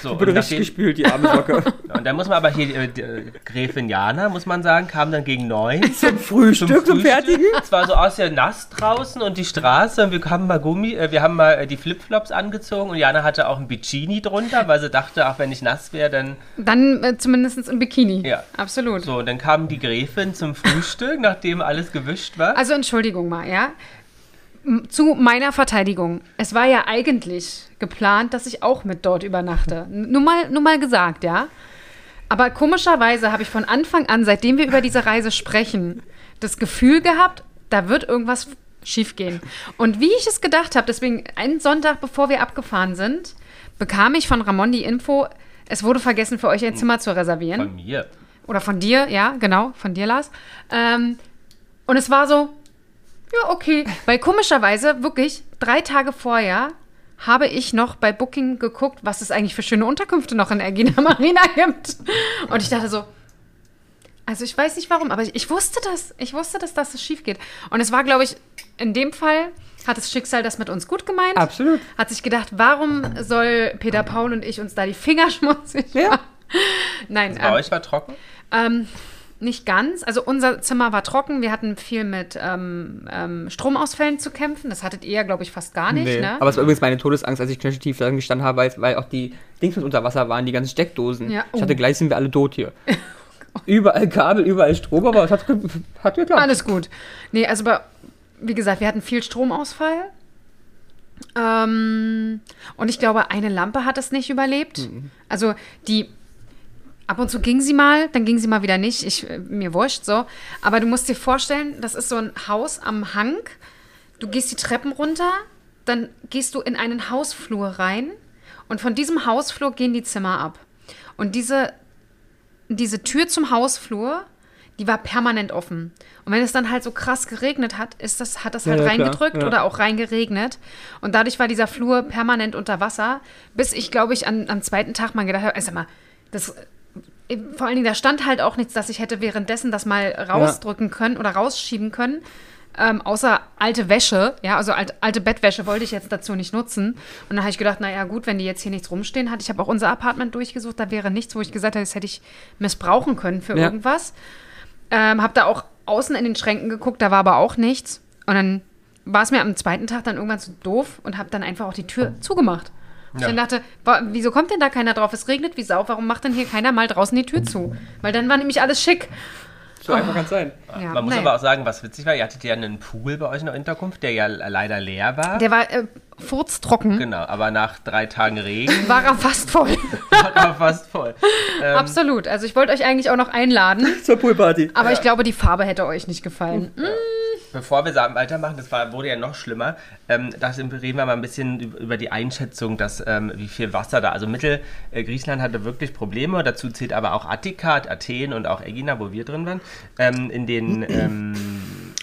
[SPEAKER 2] so, und
[SPEAKER 1] Wurde richtig
[SPEAKER 2] nachdem-
[SPEAKER 1] gespült, die arme Socke.
[SPEAKER 2] Und dann muss man aber hier, äh, die, äh, Gräfin Jana, muss man sagen, kam dann gegen neun.
[SPEAKER 1] Zum Frühstück, zum, Fertigen.
[SPEAKER 2] Es war so aus der nass draußen und die Straße und wir haben mal Gummi, äh, wir haben mal äh, die Flipflops angezogen und Jana hatte auch ein Bikini drunter, weil sie dachte, ach wenn ich nass wäre, dann
[SPEAKER 3] Dann äh, zumindest im Bikini.
[SPEAKER 2] Ja.
[SPEAKER 3] Absolut.
[SPEAKER 2] so. Und dann kam die Gräfin zum Frühstück, nachdem alles gewischt war.
[SPEAKER 3] Also Entschuldigung mal, ja. M- Zu meiner Verteidigung. Es war ja eigentlich geplant, dass ich auch mit dort übernachte. N- Nur mal, nur mal gesagt, ja. Aber komischerweise habe ich von Anfang an, seitdem wir über diese Reise sprechen, das Gefühl gehabt, da wird irgendwas schiefgehen. Und wie ich es gedacht habe, deswegen einen Sonntag, bevor wir abgefahren sind, bekam ich von Ramon die Info, es wurde vergessen, für euch ein Zimmer zu reservieren
[SPEAKER 2] Von mir.
[SPEAKER 3] oder von dir, ja, genau, von dir, Lars. Ähm, und es war so, ja, okay. Weil komischerweise, wirklich, drei Tage vorher habe ich noch bei Booking geguckt, was es eigentlich für schöne Unterkünfte noch in Ergina Marina gibt. Und ich dachte so, also ich weiß nicht warum, aber ich, ich wusste das. Ich wusste, dass das schief geht. Und es war, glaube ich, in dem Fall hat das Schicksal das mit uns gut gemeint.
[SPEAKER 1] Absolut.
[SPEAKER 3] Hat sich gedacht, warum soll Peter Paul und ich uns da die Finger schmutzig
[SPEAKER 1] Ja.
[SPEAKER 3] machen? Nein,
[SPEAKER 2] Bei
[SPEAKER 3] ähm,
[SPEAKER 2] euch war trocken.
[SPEAKER 3] ähm, nicht ganz. Also unser Zimmer war trocken. Wir hatten viel mit ähm, ähm, Stromausfällen zu kämpfen. Das hattet ihr ja, glaube ich, fast gar nicht.
[SPEAKER 1] Nee.
[SPEAKER 3] Ne?
[SPEAKER 1] Aber es war übrigens meine Todesangst, als ich knöcheltief da gestanden habe, weil, weil auch die Dings mit unter Wasser waren, die ganzen Steckdosen.
[SPEAKER 3] Ja, oh.
[SPEAKER 1] Ich hatte gleich sind wir alle tot hier. überall Kabel, überall Strom, aber es hat, ge- hat geklappt.
[SPEAKER 3] Alles gut. Nee, also bei, wie gesagt, wir hatten viel Stromausfall. Ähm, und ich glaube, eine Lampe hat es nicht überlebt.
[SPEAKER 1] Mhm.
[SPEAKER 3] Also die. Ab und zu ging sie mal, dann ging sie mal wieder nicht. Ich, äh, mir wurscht so. Aber du musst dir vorstellen, das ist so ein Haus am Hang. Du gehst die Treppen runter, dann gehst du in einen Hausflur rein und von diesem Hausflur gehen die Zimmer ab. Und diese diese Tür zum Hausflur, die war permanent offen. Und wenn es dann halt so krass geregnet hat, ist das, hat das halt
[SPEAKER 1] ja, klar,
[SPEAKER 3] reingedrückt
[SPEAKER 1] ja.
[SPEAKER 3] oder auch reingeregnet. Und dadurch war dieser Flur permanent unter Wasser, bis ich, glaube ich, an, am zweiten Tag mal gedacht habe, ey, sag mal, das. Vor allen Dingen, da stand halt auch nichts, dass ich hätte währenddessen das mal rausdrücken können oder rausschieben können. Ähm, außer alte Wäsche, ja, also alt, alte Bettwäsche wollte ich jetzt dazu nicht nutzen. Und dann habe ich gedacht, naja, gut, wenn die jetzt hier nichts rumstehen hat. Ich habe auch unser Apartment durchgesucht, da wäre nichts, wo ich gesagt habe, das hätte ich missbrauchen können für
[SPEAKER 1] Ja.
[SPEAKER 3] irgendwas. Ähm, habe da auch außen in den Schränken geguckt, da war aber auch nichts. Und dann war es mir am zweiten Tag dann irgendwann so doof und habe dann einfach auch die Tür zugemacht. Und
[SPEAKER 2] Ja.
[SPEAKER 3] Ich dann dachte, wa- wieso kommt denn da keiner drauf? Es regnet wie Sau, warum macht denn hier keiner mal draußen die Tür zu? Weil dann war nämlich alles schick.
[SPEAKER 1] So einfach kann es sein.
[SPEAKER 3] Ja,
[SPEAKER 2] Man muss
[SPEAKER 3] naja.
[SPEAKER 2] aber auch sagen, was witzig war, ihr hattet ja einen Pool bei euch in der Unterkunft, der ja leider leer war.
[SPEAKER 3] Der war äh, furztrocken,
[SPEAKER 2] genau, aber nach drei Tagen Regen
[SPEAKER 3] war er fast voll.
[SPEAKER 2] war er fast voll.
[SPEAKER 1] Ähm.
[SPEAKER 2] Ähm,
[SPEAKER 3] Absolut. Also ich wollte euch eigentlich auch noch einladen,
[SPEAKER 1] Zur Poolparty.
[SPEAKER 3] aber ich glaube, die Farbe hätte euch nicht gefallen.
[SPEAKER 2] Bevor wir sa- weitermachen, das war, wurde ja noch schlimmer, ähm, da reden wir mal ein bisschen üb- über die Einschätzung, dass, ähm, wie viel Wasser da, also Mittel, äh, Griechenland hatte wirklich Probleme, dazu zählt aber auch Attika, Athen und auch Ägina, wo wir drin waren, ähm, in den ähm,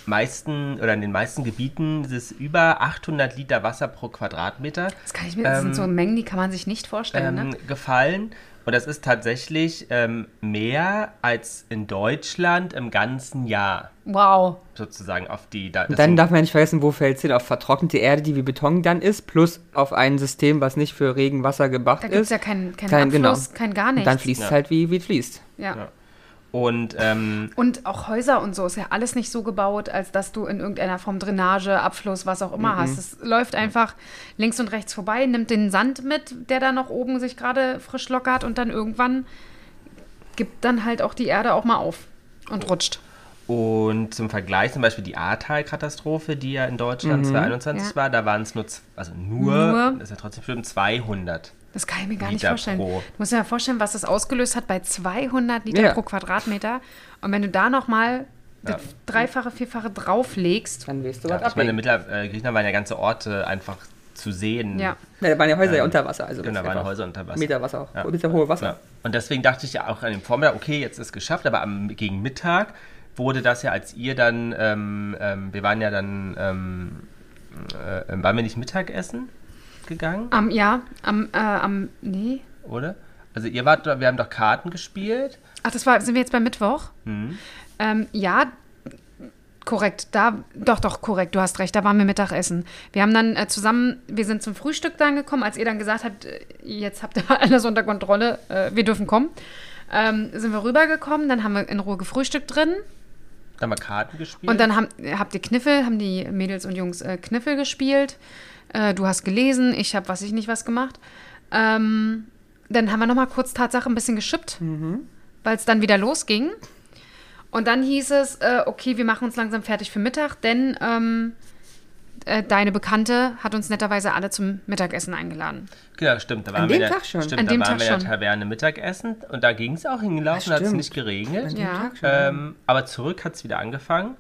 [SPEAKER 2] meisten oder in den meisten Gebieten ist es über 800 Liter Wasser pro Quadratmeter
[SPEAKER 3] Das kann ich mir, das sind so
[SPEAKER 1] Ähm.
[SPEAKER 3] Mengen, die kann man sich nicht vorstellen.
[SPEAKER 2] ähm,
[SPEAKER 3] ne?
[SPEAKER 2] gefallen. Und das ist tatsächlich ähm, mehr als in Deutschland im ganzen Jahr
[SPEAKER 3] Wow.
[SPEAKER 2] sozusagen auf die... Da, das
[SPEAKER 1] Dann
[SPEAKER 2] sind-
[SPEAKER 1] darf man nicht vergessen, wo fällt es hin? Auf vertrocknete Erde, die wie Beton dann ist, plus auf ein System, was nicht für Regenwasser gemacht
[SPEAKER 3] Da gibt es
[SPEAKER 1] ist.
[SPEAKER 3] ja keinen kein
[SPEAKER 1] Kein- genau.
[SPEAKER 3] Abfluss, kein gar
[SPEAKER 1] Und
[SPEAKER 3] nichts.
[SPEAKER 1] dann fließt
[SPEAKER 2] Ja.
[SPEAKER 1] es halt, wie wie es fließt.
[SPEAKER 3] ja.
[SPEAKER 2] Ja. Und ähm,
[SPEAKER 3] Und auch Häuser und so ist ja alles nicht so gebaut, als dass du in irgendeiner Form Drainage, Abfluss, was auch immer
[SPEAKER 1] Mhm.
[SPEAKER 3] hast. Es läuft einfach links und rechts vorbei, nimmt den Sand mit, der da noch oben sich gerade frisch lockert und dann irgendwann gibt dann halt auch die Erde auch mal auf und rutscht.
[SPEAKER 2] Und zum Vergleich zum Beispiel die Ahrtal-Katastrophe, die ja in Deutschland 2021
[SPEAKER 3] Mhm. Ja.
[SPEAKER 2] war, da waren es nur, z- also nur,
[SPEAKER 3] Nur.
[SPEAKER 2] das ist ja trotzdem schlimm, 200.
[SPEAKER 3] Das kann ich mir gar nicht
[SPEAKER 2] Liter
[SPEAKER 3] vorstellen.
[SPEAKER 2] pro.
[SPEAKER 3] Du musst dir mal vorstellen, was das ausgelöst hat bei 200 Liter
[SPEAKER 1] Ja.
[SPEAKER 3] pro Quadratmeter. Und wenn du da nochmal
[SPEAKER 2] Ja. Hm.
[SPEAKER 3] dreifache, vierfache drauflegst,
[SPEAKER 1] Dann weißt du was
[SPEAKER 2] Ja, ich
[SPEAKER 1] abgeht.
[SPEAKER 2] meine, in Mittler, äh, Griechenland waren ja ganze Orte einfach zu sehen.
[SPEAKER 3] ja.
[SPEAKER 1] Ja, da waren ja Häuser ja
[SPEAKER 2] Ähm,
[SPEAKER 1] unter Wasser. Also
[SPEAKER 2] Genau,
[SPEAKER 1] das
[SPEAKER 2] da waren
[SPEAKER 1] einfach
[SPEAKER 2] Häuser unter Wasser.
[SPEAKER 1] Meter Wasser,
[SPEAKER 2] Ja.
[SPEAKER 1] Meter hohe Wasser.
[SPEAKER 2] Ja. Und deswegen dachte ich ja auch an dem Vormittag, okay, jetzt ist geschafft, aber am, gegen Mittag wurde das ja, als ihr dann, ähm, ähm, wir waren ja dann, ähm, äh, waren wir nicht Mittagessen gegangen,
[SPEAKER 3] Am, ja, am, äh, am, nee.
[SPEAKER 2] oder? Also ihr wart, wir haben doch Karten gespielt.
[SPEAKER 3] Ach, das war, sind wir jetzt beim Mittwoch?
[SPEAKER 2] Hm.
[SPEAKER 3] Ähm, ja, korrekt. Da, doch, doch, korrekt. Du hast recht. Da waren wir Mittagessen. Wir haben dann äh, zusammen, wir sind zum Frühstück dann gekommen, als ihr dann gesagt habt, äh, jetzt habt ihr alles unter Kontrolle, äh, wir dürfen kommen. Ähm, sind wir rübergekommen, dann haben wir in Ruhe gefrühstückt drin
[SPEAKER 2] Dann haben wir Karten gespielt.
[SPEAKER 3] und dann haben, habt ihr Kniffel, haben die Mädels und Jungs äh, Kniffel gespielt. Äh, du hast gelesen, ich habe was ich nicht was gemacht. Ähm, dann haben wir noch mal kurz Tatsache ein bisschen geschippt, weil es dann wieder losging. Und dann hieß es, äh, okay, wir machen uns langsam fertig für Mittag, denn ähm, äh, deine Bekannte hat uns netterweise alle zum Mittagessen eingeladen.
[SPEAKER 2] Genau, stimmt. Da waren
[SPEAKER 1] An
[SPEAKER 2] wir
[SPEAKER 1] dem
[SPEAKER 2] in der,
[SPEAKER 1] Tag schon.
[SPEAKER 2] Stimmt,
[SPEAKER 3] An
[SPEAKER 2] da
[SPEAKER 3] dem
[SPEAKER 2] waren
[SPEAKER 3] Tag
[SPEAKER 2] wir in
[SPEAKER 3] schon.
[SPEAKER 2] der Taverne Mittagessen und da ging es auch hingelaufen,
[SPEAKER 1] Ja,
[SPEAKER 2] hat es
[SPEAKER 1] stimmt.
[SPEAKER 2] nicht geregnet.
[SPEAKER 1] An dem
[SPEAKER 3] Ja.
[SPEAKER 1] Tag schon.
[SPEAKER 2] Ähm, aber zurück hat es wieder angefangen.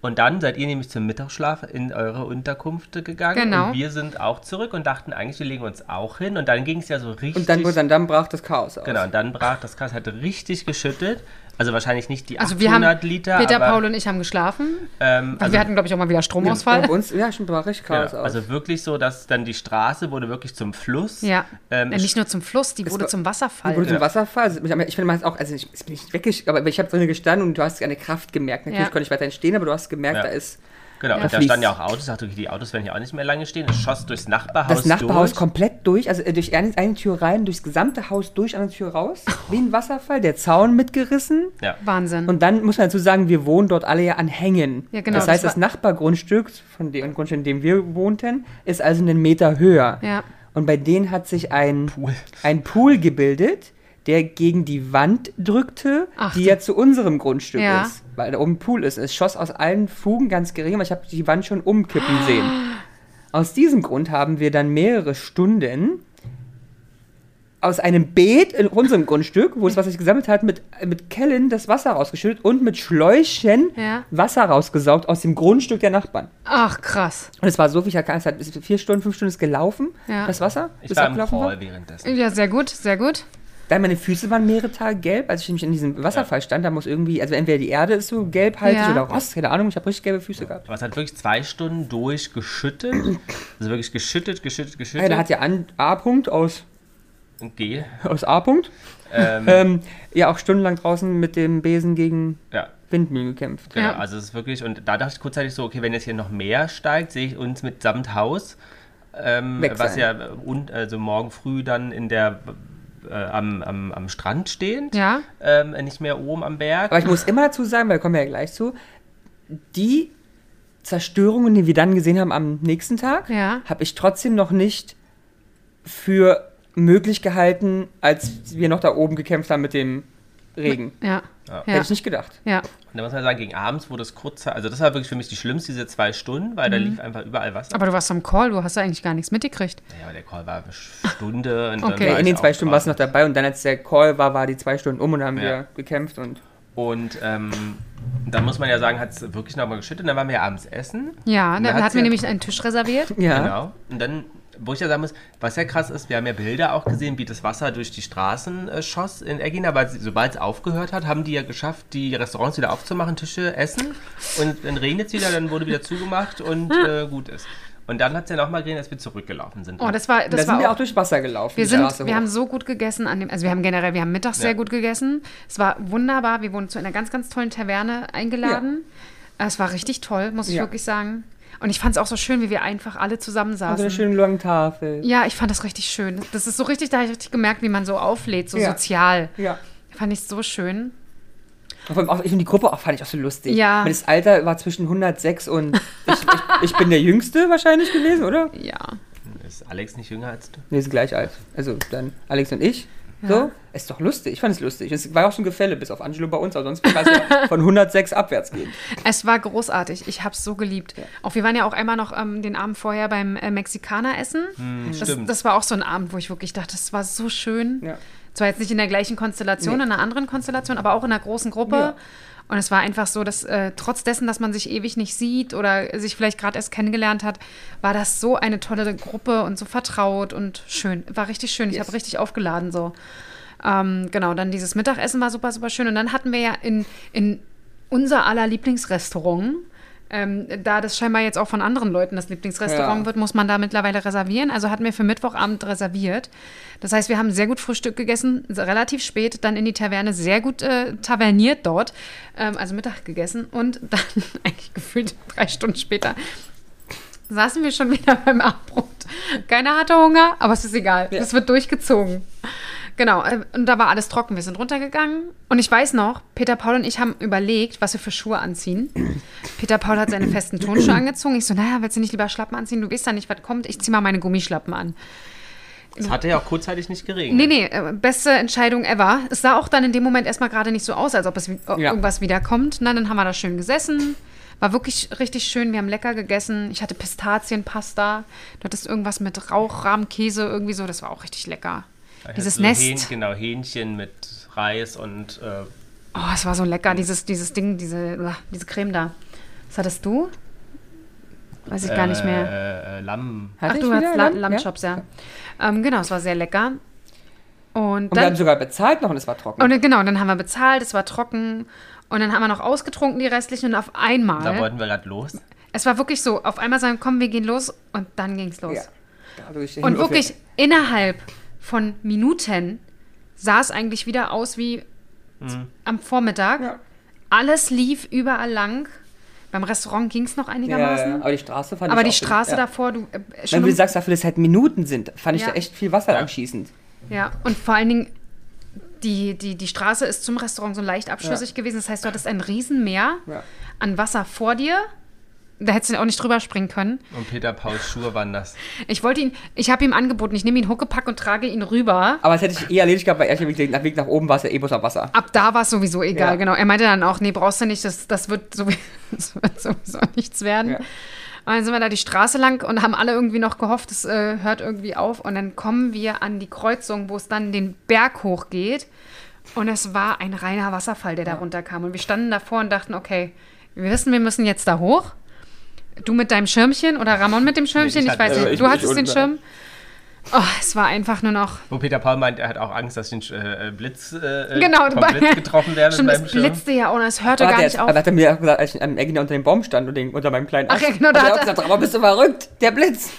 [SPEAKER 2] Und dann seid ihr nämlich zum Mittagsschlaf in eure Unterkünfte gegangen.
[SPEAKER 3] Genau.
[SPEAKER 2] Und wir sind auch zurück und dachten eigentlich, wir legen uns auch hin. Und dann ging es ja so richtig.
[SPEAKER 1] und dann, wo dann, dann brach das Chaos aus.
[SPEAKER 2] genau, und dann brach das Kass, hat richtig geschüttet. Also wahrscheinlich nicht die
[SPEAKER 3] Also
[SPEAKER 2] 800
[SPEAKER 3] wir haben,
[SPEAKER 2] Liter.
[SPEAKER 3] Peter,
[SPEAKER 2] aber,
[SPEAKER 3] Paul und ich haben geschlafen.
[SPEAKER 2] ähm,
[SPEAKER 3] weil
[SPEAKER 2] also,
[SPEAKER 3] wir hatten, glaube ich, auch mal wieder Stromausfall.
[SPEAKER 1] Und bei uns, ja, schon brach richtig
[SPEAKER 2] genau,
[SPEAKER 1] Chaos aus.
[SPEAKER 2] also wirklich so, dass dann die Straße wurde wirklich zum Fluss.
[SPEAKER 3] Ja.
[SPEAKER 2] Ähm,
[SPEAKER 3] ja, nicht nur zum Fluss, die wurde
[SPEAKER 1] war-
[SPEAKER 3] zum Wasserfall.
[SPEAKER 1] Wo du
[SPEAKER 2] Ja.
[SPEAKER 1] zum Wasserfall, also ich ich finde man hat auch, also ich, ich bin nicht weggeschickt, aber ich habe drin gestanden und du hast eine Kraft gemerkt. Natürlich
[SPEAKER 3] Ja.
[SPEAKER 1] konnte ich weiterhin stehen, aber du hast gemerkt,
[SPEAKER 2] Ja.
[SPEAKER 1] da ist
[SPEAKER 2] Genau,
[SPEAKER 3] Ja.
[SPEAKER 2] und da
[SPEAKER 1] Fließt.
[SPEAKER 2] standen ja auch Autos. Ich dachte, okay, die Autos werden hier auch nicht mehr lange stehen. Es schoss durchs Nachbarhaus.
[SPEAKER 1] das Nachbarhaus
[SPEAKER 2] durch.
[SPEAKER 1] komplett durch, also äh, durch eine, eine Tür rein, durchs gesamte Haus durch, eine Tür raus, wie ein Wasserfall, der Zaun mitgerissen.
[SPEAKER 2] Ja.
[SPEAKER 3] Wahnsinn.
[SPEAKER 1] Und dann muss man dazu sagen, wir wohnen dort alle ja an Hängen.
[SPEAKER 3] Ja, genau,
[SPEAKER 1] das heißt,
[SPEAKER 3] das
[SPEAKER 1] das, Nachbargrundstück, von dem Grundstück, in dem wir wohnten, ist also einen Meter höher.
[SPEAKER 3] Ja.
[SPEAKER 1] Und bei denen hat sich ein
[SPEAKER 2] Pool.
[SPEAKER 1] ein Pool gebildet, der gegen die Wand drückte,
[SPEAKER 3] Ach
[SPEAKER 1] die
[SPEAKER 3] du-
[SPEAKER 1] ja zu unserem Grundstück
[SPEAKER 3] Ja.
[SPEAKER 1] ist. Weil da oben ein Pool ist. Es schoss aus allen Fugen ganz gering, aber ich habe die Wand schon umkippen sehen. Aus diesem Grund haben wir dann mehrere Stunden aus einem Beet in unserem Grundstück, wo es was sich gesammelt hat, mit, mit Kellen das Wasser rausgeschüttet und mit Schläuchen
[SPEAKER 3] Ja.
[SPEAKER 1] Wasser rausgesaugt aus dem Grundstück der Nachbarn.
[SPEAKER 3] Ach, krass.
[SPEAKER 1] Und es war so viel, ich es hat bis zu vier Stunden, fünf Stunden ist gelaufen,
[SPEAKER 3] Ja.
[SPEAKER 1] das Wasser.
[SPEAKER 2] Ich
[SPEAKER 1] bis
[SPEAKER 2] war im
[SPEAKER 1] abgelaufen
[SPEAKER 2] Crawl währenddessen.
[SPEAKER 3] Ja, sehr gut, sehr gut.
[SPEAKER 1] Dann meine Füße waren mehrere Tage gelb, als ich nämlich in diesem Wasserfall stand. Da muss irgendwie, also entweder die Erde ist so gelbhaltig
[SPEAKER 3] Ja.
[SPEAKER 1] oder Rost, keine Ahnung. Ich habe richtig gelbe Füße gehabt.
[SPEAKER 2] Aber es hat wirklich zwei Stunden durchgeschüttet. Also wirklich geschüttet, geschüttet, geschüttet.
[SPEAKER 1] Einer hat ja an A-Punkt aus,
[SPEAKER 2] Und G.
[SPEAKER 1] aus A-Punkt.
[SPEAKER 2] Ähm,
[SPEAKER 1] Ähm, ja, auch stundenlang draußen mit dem Besen gegen
[SPEAKER 2] ja,
[SPEAKER 1] Windmühlen gekämpft.
[SPEAKER 2] genau.
[SPEAKER 3] Ja.
[SPEAKER 2] Also es ist wirklich, und da dachte ich kurzzeitig so, okay, wenn jetzt hier noch mehr steigt, sehe ich uns mitsamt Haus. Ähm,
[SPEAKER 1] Weg
[SPEAKER 2] was
[SPEAKER 1] sein.
[SPEAKER 2] ja äh, und, also morgen früh dann in der äh, am, am, am Strand stehend.
[SPEAKER 3] Ja.
[SPEAKER 2] Ähm, nicht mehr oben am Berg.
[SPEAKER 1] Aber ich muss immer dazu sagen, weil wir kommen ja gleich zu, die Zerstörungen, die wir dann gesehen haben am nächsten Tag,
[SPEAKER 3] Ja.
[SPEAKER 1] habe ich trotzdem noch nicht für möglich gehalten, als wir noch da oben gekämpft haben mit dem Regen.
[SPEAKER 3] Ja.
[SPEAKER 2] Ja.
[SPEAKER 1] Hätte
[SPEAKER 3] Ja.
[SPEAKER 1] ich nicht gedacht.
[SPEAKER 3] ja.
[SPEAKER 2] Und da muss man sagen, gegen abends wurde es kurz, also das war wirklich für mich die schlimmste, diese zwei Stunden, weil da lief einfach überall Wasser.
[SPEAKER 3] Aber du warst am Call, du hast ja eigentlich gar nichts mitgekriegt.
[SPEAKER 2] Ja, aber der Call war eine Stunde. Und
[SPEAKER 3] Okay.
[SPEAKER 2] dann
[SPEAKER 1] Ja,
[SPEAKER 2] war
[SPEAKER 1] in
[SPEAKER 2] ich
[SPEAKER 1] den zwei
[SPEAKER 2] auch
[SPEAKER 1] Stunden warst du noch
[SPEAKER 2] draußen.
[SPEAKER 1] dabei und dann, als der Call war, war die zwei Stunden um und dann haben
[SPEAKER 2] Ja.
[SPEAKER 1] wir gekämpft und
[SPEAKER 2] Und ähm, dann muss man ja sagen, hat es wirklich nochmal geschüttet. Und dann waren wir ja abends essen.
[SPEAKER 3] Ja,
[SPEAKER 2] Und
[SPEAKER 3] da
[SPEAKER 2] dann hat's
[SPEAKER 3] hatten wir
[SPEAKER 2] ja-
[SPEAKER 3] nämlich einen Tisch reserviert.
[SPEAKER 1] ja.
[SPEAKER 2] Genau. Und dann, wo ich ja sagen muss, was ja krass ist, wir haben ja Bilder auch gesehen, wie das Wasser durch die Straßen äh, schoss in Eggin, aber sie- sobald es aufgehört hat, haben die ja geschafft, die Restaurants wieder aufzumachen, Tische essen. Und dann regnet es wieder, dann wurde wieder zugemacht und äh, gut ist. Und dann hat es ja nochmal geregnet, als wir zurückgelaufen sind.
[SPEAKER 3] Ah. Oh, das war,
[SPEAKER 1] Und da
[SPEAKER 3] das
[SPEAKER 1] sind wir
[SPEAKER 3] war
[SPEAKER 1] auch
[SPEAKER 3] auch.
[SPEAKER 1] durch Wasser gelaufen.
[SPEAKER 3] Wir,
[SPEAKER 1] die
[SPEAKER 3] sind,
[SPEAKER 1] Straße
[SPEAKER 3] wir
[SPEAKER 1] hoch.
[SPEAKER 3] haben so gut gegessen an dem, also wir haben generell, wir haben mittags
[SPEAKER 2] Ja.
[SPEAKER 3] sehr gut gegessen. Es war wunderbar. Wir wurden zu einer ganz, ganz tollen Taverne eingeladen. Es war richtig toll, muss ich
[SPEAKER 1] Ja.
[SPEAKER 3] wirklich sagen. Und ich fand es auch so schön, wie wir einfach alle zusammen
[SPEAKER 1] so eine
[SPEAKER 3] saßen.
[SPEAKER 1] schöne lange Tafel.
[SPEAKER 3] Ja, ich fand das richtig schön. Das ist so richtig, da habe ich richtig gemerkt, wie man so auflädt, so
[SPEAKER 1] Ja.
[SPEAKER 3] sozial.
[SPEAKER 1] Ja.
[SPEAKER 3] Fand ich so schön.
[SPEAKER 1] Und vor allem auch, ich finde die Gruppe auch, fand ich auch so lustig.
[SPEAKER 3] Ja.
[SPEAKER 1] Weil das Alter war zwischen 106 und ich, ich, ich bin der Jüngste wahrscheinlich gewesen, oder?
[SPEAKER 3] Ja.
[SPEAKER 2] Ist Alex nicht jünger als du?
[SPEAKER 1] Nee, ist gleich alt. Also dann Alex und ich. So, ist doch lustig. Ich fand es lustig. Es war auch schon Gefälle, bis auf Angelo bei uns, aber sonst war es ja von 106 abwärts gehen.
[SPEAKER 3] Es war großartig. Ich habe es so geliebt. Auch wir waren ja auch einmal noch ähm, den Abend vorher beim äh, Mexikaner essen. das,
[SPEAKER 2] stimmt.
[SPEAKER 3] das war auch so ein Abend, wo ich wirklich dachte, das war so schön.
[SPEAKER 1] Ja.
[SPEAKER 3] Zwar jetzt nicht in der gleichen Konstellation, in einer anderen Konstellation, aber auch in einer großen Gruppe.
[SPEAKER 1] Ja.
[SPEAKER 3] Und es war einfach so, dass äh, trotz dessen, dass man sich ewig nicht sieht oder sich vielleicht gerade erst kennengelernt hat, war das so eine tolle Gruppe und so vertraut und schön. War richtig schön. Ich
[SPEAKER 1] Yes.
[SPEAKER 3] habe richtig aufgeladen so. Ähm, genau, dann dieses Mittagessen war super, super schön. Und dann hatten wir ja in, in unser aller Lieblingsrestaurant, ähm, da das scheinbar jetzt auch von anderen Leuten das Lieblingsrestaurant
[SPEAKER 1] Ja.
[SPEAKER 3] wird, muss man da mittlerweile reservieren. Also hatten wir für Mittwochabend reserviert. Das heißt, wir haben sehr gut Frühstück gegessen, se- relativ spät, dann in die Taverne, sehr gut äh, taverniert dort, ähm, also Mittag gegessen und dann eigentlich gefühlt drei Stunden später saßen wir schon wieder beim Abendbrot. Keiner hatte Hunger, aber es ist egal.
[SPEAKER 1] Ja.
[SPEAKER 3] Es wird durchgezogen. Genau, äh, und da war alles trocken. Wir sind runtergegangen. Und ich weiß noch, Peter Paul und ich haben überlegt, was wir für Schuhe anziehen. Peter Paul hat seine festen Tonschuhe angezogen. Ich so, naja, willst du nicht lieber Schlappen anziehen? Du weißt ja nicht, was kommt. Ich zieh mal meine Gummischlappen an.
[SPEAKER 2] Es hatte ja auch kurzzeitig nicht geregnet.
[SPEAKER 3] Nee, nee, äh, beste Entscheidung ever. Es sah auch dann in dem Moment erstmal gerade nicht so aus, als ob es wie, ob
[SPEAKER 1] Ja.
[SPEAKER 3] irgendwas wiederkommt. Na, dann haben wir da schön gesessen. War wirklich richtig schön. Wir haben lecker gegessen. Ich hatte Pistazienpasta. Du hattest irgendwas mit Rauchrahmkäse, irgendwie so. Das war auch richtig lecker.
[SPEAKER 2] Ich
[SPEAKER 3] Dieses
[SPEAKER 2] hatte so
[SPEAKER 3] Nest.
[SPEAKER 2] Hähn, genau, Hähnchen mit Reis und äh,
[SPEAKER 3] Oh, es war so lecker, dieses, dieses Ding, diese, uah, diese Creme da. Was hattest du? Weiß ich gar nicht mehr.
[SPEAKER 2] äh, äh, Lamm.
[SPEAKER 1] Hatte
[SPEAKER 3] Ach,
[SPEAKER 1] ich
[SPEAKER 3] du
[SPEAKER 1] wieder ne?
[SPEAKER 3] hattest La
[SPEAKER 1] Lamm? Ja.
[SPEAKER 3] Lammchops, ja. Ähm, genau, es war sehr lecker. Und,
[SPEAKER 1] Und wir haben
[SPEAKER 3] dann,
[SPEAKER 1] sogar bezahlt noch und es war trocken.
[SPEAKER 3] und dann- genau, dann haben wir bezahlt, es war trocken. Und dann haben wir noch ausgetrunken, die restlichen. Und auf
[SPEAKER 2] Da
[SPEAKER 3] einmal,
[SPEAKER 2] wollten wir gerade los.
[SPEAKER 3] es war wirklich so, auf einmal sagen, komm, wir gehen los. Und dann ging's los.
[SPEAKER 1] ja. Dadurch hin
[SPEAKER 3] Und
[SPEAKER 1] auf-
[SPEAKER 3] wirklich innerhalb von Minuten sah es eigentlich wieder aus wie am Vormittag.
[SPEAKER 1] Mhm. Ja.
[SPEAKER 3] Alles lief überall lang. Beim Restaurant ging es noch
[SPEAKER 1] Ja, ja,
[SPEAKER 3] einigermaßen.
[SPEAKER 1] ja. Aber die Straße fand
[SPEAKER 3] Aber
[SPEAKER 1] ich
[SPEAKER 3] die
[SPEAKER 1] auch-
[SPEAKER 3] Straße
[SPEAKER 1] ja.
[SPEAKER 3] davor, du äh,
[SPEAKER 1] Wenn
[SPEAKER 3] schon
[SPEAKER 1] du
[SPEAKER 3] um,
[SPEAKER 1] sagst, dafür, dass es halt Minuten sind, fand ich
[SPEAKER 3] Ja.
[SPEAKER 1] da echt viel Wasser am Schießen.
[SPEAKER 3] ja und vor allen Dingen die, die, die Straße ist zum Restaurant so leicht abschüssig gewesen. Das heißt, du hattest ein Riesenmeer
[SPEAKER 1] Ja.
[SPEAKER 3] an Wasser vor dir. Da hättest du auch nicht drüber springen können.
[SPEAKER 2] Und Peter Pauls Schuhe waren das.
[SPEAKER 3] Ich wollte ihn, ich habe ihm angeboten, ich nehme ihn Huckepack und trage ihn rüber.
[SPEAKER 1] Aber das hätte ich eh erledigt gehabt, weil ehrlich gesagt, der Weg nach oben war es ja eh bloß am Wasser.
[SPEAKER 3] Ab da war es sowieso egal,
[SPEAKER 1] Ja.
[SPEAKER 3] genau. Er meinte dann auch, nee, brauchst du nicht, das, das, wird, sowieso, das wird sowieso nichts werden.
[SPEAKER 1] Ja.
[SPEAKER 3] Und dann sind wir da die Straße lang und haben alle irgendwie noch gehofft, es äh, hört irgendwie auf. Und dann kommen wir an die Kreuzung, wo es dann den Berg hochgeht. Und es war ein reiner Wasserfall, der da runterkam. Und wir standen davor und dachten, okay, wir wissen, wir müssen jetzt da hoch. Du mit deinem Schirmchen oder Ramon mit dem Schirmchen, ich,
[SPEAKER 2] hatte-
[SPEAKER 3] weiß
[SPEAKER 2] also
[SPEAKER 3] nicht.
[SPEAKER 1] ich-
[SPEAKER 3] du
[SPEAKER 1] ich
[SPEAKER 3] hattest den
[SPEAKER 1] unten.
[SPEAKER 3] Schirm. Oh, es war einfach nur noch
[SPEAKER 2] Wo Peter Paul meint, er hat auch Angst, dass den Sch- äh, äh, Blitz, äh,
[SPEAKER 3] Genau,
[SPEAKER 2] vom
[SPEAKER 3] bei-
[SPEAKER 2] Blitz getroffen werde
[SPEAKER 3] Stimmt,
[SPEAKER 2] beim
[SPEAKER 3] es
[SPEAKER 2] Schirm.
[SPEAKER 3] blitzte ja und es hörte
[SPEAKER 1] Aber
[SPEAKER 3] gar
[SPEAKER 1] Ah, hat er,
[SPEAKER 3] nicht
[SPEAKER 1] jetzt, aber
[SPEAKER 3] auf.
[SPEAKER 1] hat er mir auch gesagt, als ich am Egner unter dem Baum stand und den, unter meinem kleinen
[SPEAKER 3] Ach ja, genau,
[SPEAKER 1] da
[SPEAKER 3] da
[SPEAKER 1] hat er
[SPEAKER 3] hat
[SPEAKER 1] auch
[SPEAKER 3] er-
[SPEAKER 1] gesagt, aber bist du verrückt, der Blitz.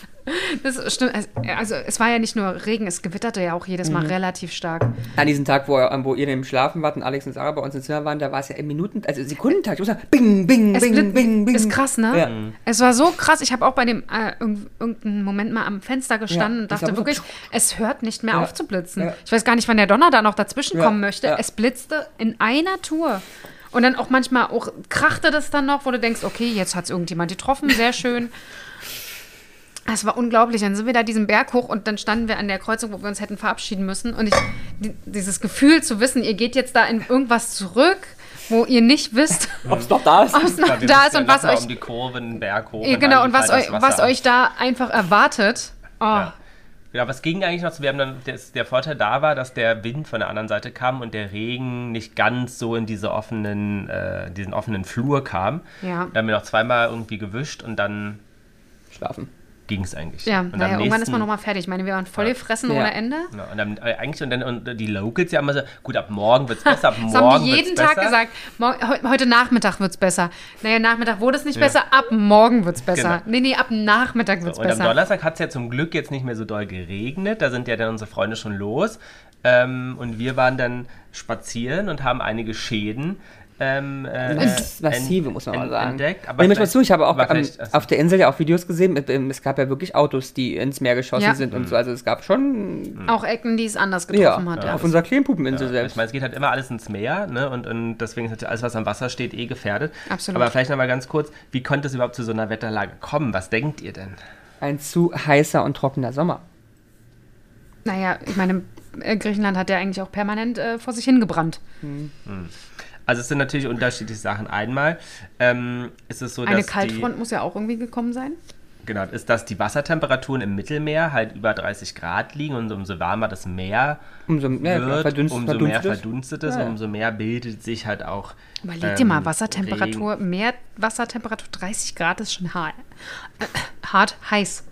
[SPEAKER 3] Das stimmt. es- Also es war ja nicht nur Regen, es gewitterte ja auch jedes
[SPEAKER 1] Mhm.
[SPEAKER 3] Mal relativ stark.
[SPEAKER 1] An diesem Tag, wo, er- wo ihr im Schlafen wart und Alex und Sarah bei uns im Zimmer waren, da war es ja im Minuten, also Sekundentakt. Ich muss sagen, bing, bing,
[SPEAKER 3] Es
[SPEAKER 1] bing,
[SPEAKER 3] blit-
[SPEAKER 1] bing, bing.
[SPEAKER 3] Ist krass, ne?
[SPEAKER 1] Ja.
[SPEAKER 3] Es war so krass. Ich habe auch bei dem äh, irg- irgendeinen Moment mal am Fenster gestanden
[SPEAKER 1] Ja,
[SPEAKER 3] und
[SPEAKER 1] das
[SPEAKER 3] dachte
[SPEAKER 1] war so-
[SPEAKER 3] wirklich, es hört nicht mehr
[SPEAKER 1] Ja.
[SPEAKER 3] auf zu blitzen.
[SPEAKER 1] Ja.
[SPEAKER 3] Ich weiß gar nicht, wann der Donner da noch dazwischen
[SPEAKER 1] Ja,
[SPEAKER 3] kommen möchte.
[SPEAKER 1] ja.
[SPEAKER 3] Es blitzte in einer Tour. Und dann auch manchmal auch krachte das dann noch, wo du denkst, okay, jetzt hat es irgendjemand getroffen, sehr schön. Es war unglaublich. Dann sind wir da diesen Berg hoch und dann standen wir an der Kreuzung, wo wir uns hätten verabschieden müssen. Und ich, di- dieses Gefühl zu wissen, ihr geht jetzt da in irgendwas zurück, wo ihr nicht wisst,
[SPEAKER 1] Ob es noch da ist?
[SPEAKER 3] ob es
[SPEAKER 2] Ja,
[SPEAKER 3] noch
[SPEAKER 2] wir
[SPEAKER 3] da
[SPEAKER 2] mussten
[SPEAKER 3] ist
[SPEAKER 2] ja
[SPEAKER 3] und was
[SPEAKER 2] nochmal
[SPEAKER 3] euch
[SPEAKER 2] um die Kurven, einen Berg hoch.
[SPEAKER 3] ja,
[SPEAKER 2] dann
[SPEAKER 3] genau, und
[SPEAKER 2] fiel
[SPEAKER 3] was
[SPEAKER 2] das
[SPEAKER 3] euch,
[SPEAKER 2] Wasser
[SPEAKER 3] was
[SPEAKER 2] ab.
[SPEAKER 3] euch da einfach erwartet. Oh,
[SPEAKER 2] Ja. Ja, aber es Genau, ging eigentlich noch, zu- wir haben dann, das, der Vorteil da war, dass der Wind von der anderen Seite kam und der Regen nicht ganz so in diese offenen, äh, diesen offenen Flur kam.
[SPEAKER 3] Ja.
[SPEAKER 2] Da haben wir noch zweimal irgendwie gewischt und dann
[SPEAKER 1] Schlafen.
[SPEAKER 2] ging es eigentlich.
[SPEAKER 3] ja,
[SPEAKER 2] und
[SPEAKER 3] naja,
[SPEAKER 2] am
[SPEAKER 3] irgendwann ist
[SPEAKER 2] nächsten-
[SPEAKER 3] man nochmal fertig. Ich meine, wir waren voll
[SPEAKER 2] Ja.
[SPEAKER 3] gefressen
[SPEAKER 1] Ja.
[SPEAKER 3] ohne Ende.
[SPEAKER 2] Ja, und dann, äh, eigentlich, und dann und die Locals ja immer so, gut, ab morgen wird es besser, ab
[SPEAKER 3] Das haben
[SPEAKER 2] morgen
[SPEAKER 3] die
[SPEAKER 2] wird's
[SPEAKER 3] jeden
[SPEAKER 2] besser.
[SPEAKER 3] Tag gesagt. Mor heu- heute Nachmittag wird es besser. Naja, Nachmittag wurde es nicht besser, ab morgen wird es
[SPEAKER 2] Genau.
[SPEAKER 3] besser. Nee, nee, ab Nachmittag wird es
[SPEAKER 2] Und am
[SPEAKER 3] besser.
[SPEAKER 2] Donnerstag hat es ja zum Glück jetzt nicht mehr so doll geregnet. Da sind ja dann unsere Freunde schon los. Ähm, und wir waren dann spazieren und haben einige Schäden. Ähm, äh,
[SPEAKER 1] Das massive,
[SPEAKER 2] ent-
[SPEAKER 1] muss man
[SPEAKER 2] ent-
[SPEAKER 1] mal sagen.
[SPEAKER 2] Entdeckt, aber
[SPEAKER 1] aber ich,
[SPEAKER 2] vielleicht-
[SPEAKER 1] zu, ich habe auch
[SPEAKER 2] aber
[SPEAKER 1] am,
[SPEAKER 2] vielleicht- also achso.
[SPEAKER 1] auf der Insel ja auch Videos gesehen. mit- ähm, Es gab ja wirklich Autos, die ins Meer geschossen
[SPEAKER 3] Ja.
[SPEAKER 2] Mhm.
[SPEAKER 1] sind und so. Also es gab schon,
[SPEAKER 3] Hm. Auch Ecken, die es anders
[SPEAKER 1] ja,
[SPEAKER 3] getroffen hat. Ja.
[SPEAKER 1] auf unserer kleinen Pupeninsel
[SPEAKER 2] Ich
[SPEAKER 1] selbst.
[SPEAKER 2] meine, es geht halt immer alles ins Meer, ne? Und, und deswegen ist natürlich alles, was am Wasser steht, eh gefährdet.
[SPEAKER 3] Absolut.
[SPEAKER 2] Aber vielleicht nochmal ganz kurz, wie konnte es überhaupt zu so einer Wetterlage kommen? Was denkt ihr denn?
[SPEAKER 1] Ein zu heißer und trockener Sommer.
[SPEAKER 3] Naja, ich meine, äh, Griechenland hat ja eigentlich auch permanent äh, vor sich hingebrannt.
[SPEAKER 2] Also es sind natürlich unterschiedliche Sachen. Einmal ähm, ist es so,
[SPEAKER 3] Eine
[SPEAKER 2] dass
[SPEAKER 3] Kaltfront muss ja auch irgendwie gekommen sein.
[SPEAKER 2] die, genau, ist, dass die Wassertemperaturen im Mittelmeer halt über 30 Grad liegen und umso warmer das Meer
[SPEAKER 1] Umso mehr
[SPEAKER 2] wird,
[SPEAKER 1] verdunst,
[SPEAKER 2] umso mehr
[SPEAKER 1] verdunstet es.
[SPEAKER 2] verdunstet es,
[SPEAKER 1] Ja, ja.
[SPEAKER 2] und umso mehr bildet sich halt auch.
[SPEAKER 3] Überleg dir
[SPEAKER 2] ähm,
[SPEAKER 3] mal, Wassertemperatur, mehr Wassertemperatur, 30 Grad ist schon hart, äh, hart heiß.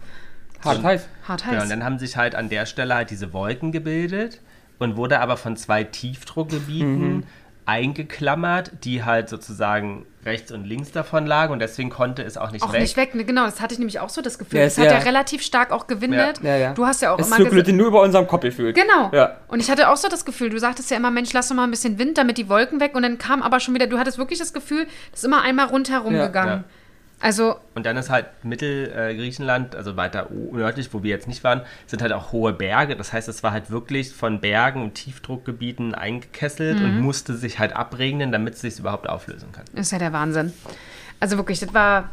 [SPEAKER 1] Hart heiß.
[SPEAKER 3] Hart
[SPEAKER 2] Regen. Ja, und
[SPEAKER 3] heiß.
[SPEAKER 2] dann haben sich halt an der Stelle halt diese Wolken gebildet und wurde aber von zwei Tiefdruckgebieten
[SPEAKER 1] Mhm.
[SPEAKER 2] eingeklammert, die halt sozusagen rechts und links davon lagen und deswegen konnte es auch nicht
[SPEAKER 3] auch
[SPEAKER 2] weg.
[SPEAKER 3] nicht weg, ne? genau, das hatte ich nämlich auch so das Gefühl.
[SPEAKER 1] Ja,
[SPEAKER 3] das
[SPEAKER 1] ist
[SPEAKER 3] hat ja,
[SPEAKER 1] ja-
[SPEAKER 3] relativ stark auch gewindet.
[SPEAKER 1] Ja, ja.
[SPEAKER 3] Du hast ja auch
[SPEAKER 1] es
[SPEAKER 3] immer
[SPEAKER 1] zirkulierte
[SPEAKER 3] gesagt.
[SPEAKER 1] nur über unserem Kopf gefühlt.
[SPEAKER 3] Genau.
[SPEAKER 1] Ja.
[SPEAKER 3] Und ich hatte auch so das Gefühl, du sagtest ja immer, Mensch, lass doch mal ein bisschen Wind, damit die Wolken weg. Und dann kam aber schon wieder, du hattest wirklich das Gefühl, das ist immer einmal rundherum
[SPEAKER 1] Ja.
[SPEAKER 2] Ja.
[SPEAKER 3] gegangen. Also,
[SPEAKER 2] Und dann ist halt Mittelgriechenland, äh, Griechenland, also weiter o- nördlich, wo wir jetzt nicht waren, sind halt auch hohe Berge. Das heißt, es war halt wirklich von Bergen und Tiefdruckgebieten eingekesselt
[SPEAKER 1] Mhm.
[SPEAKER 2] und musste sich halt abregnen, damit es sich überhaupt auflösen kann.
[SPEAKER 3] ist ja der Wahnsinn. Also wirklich, das war,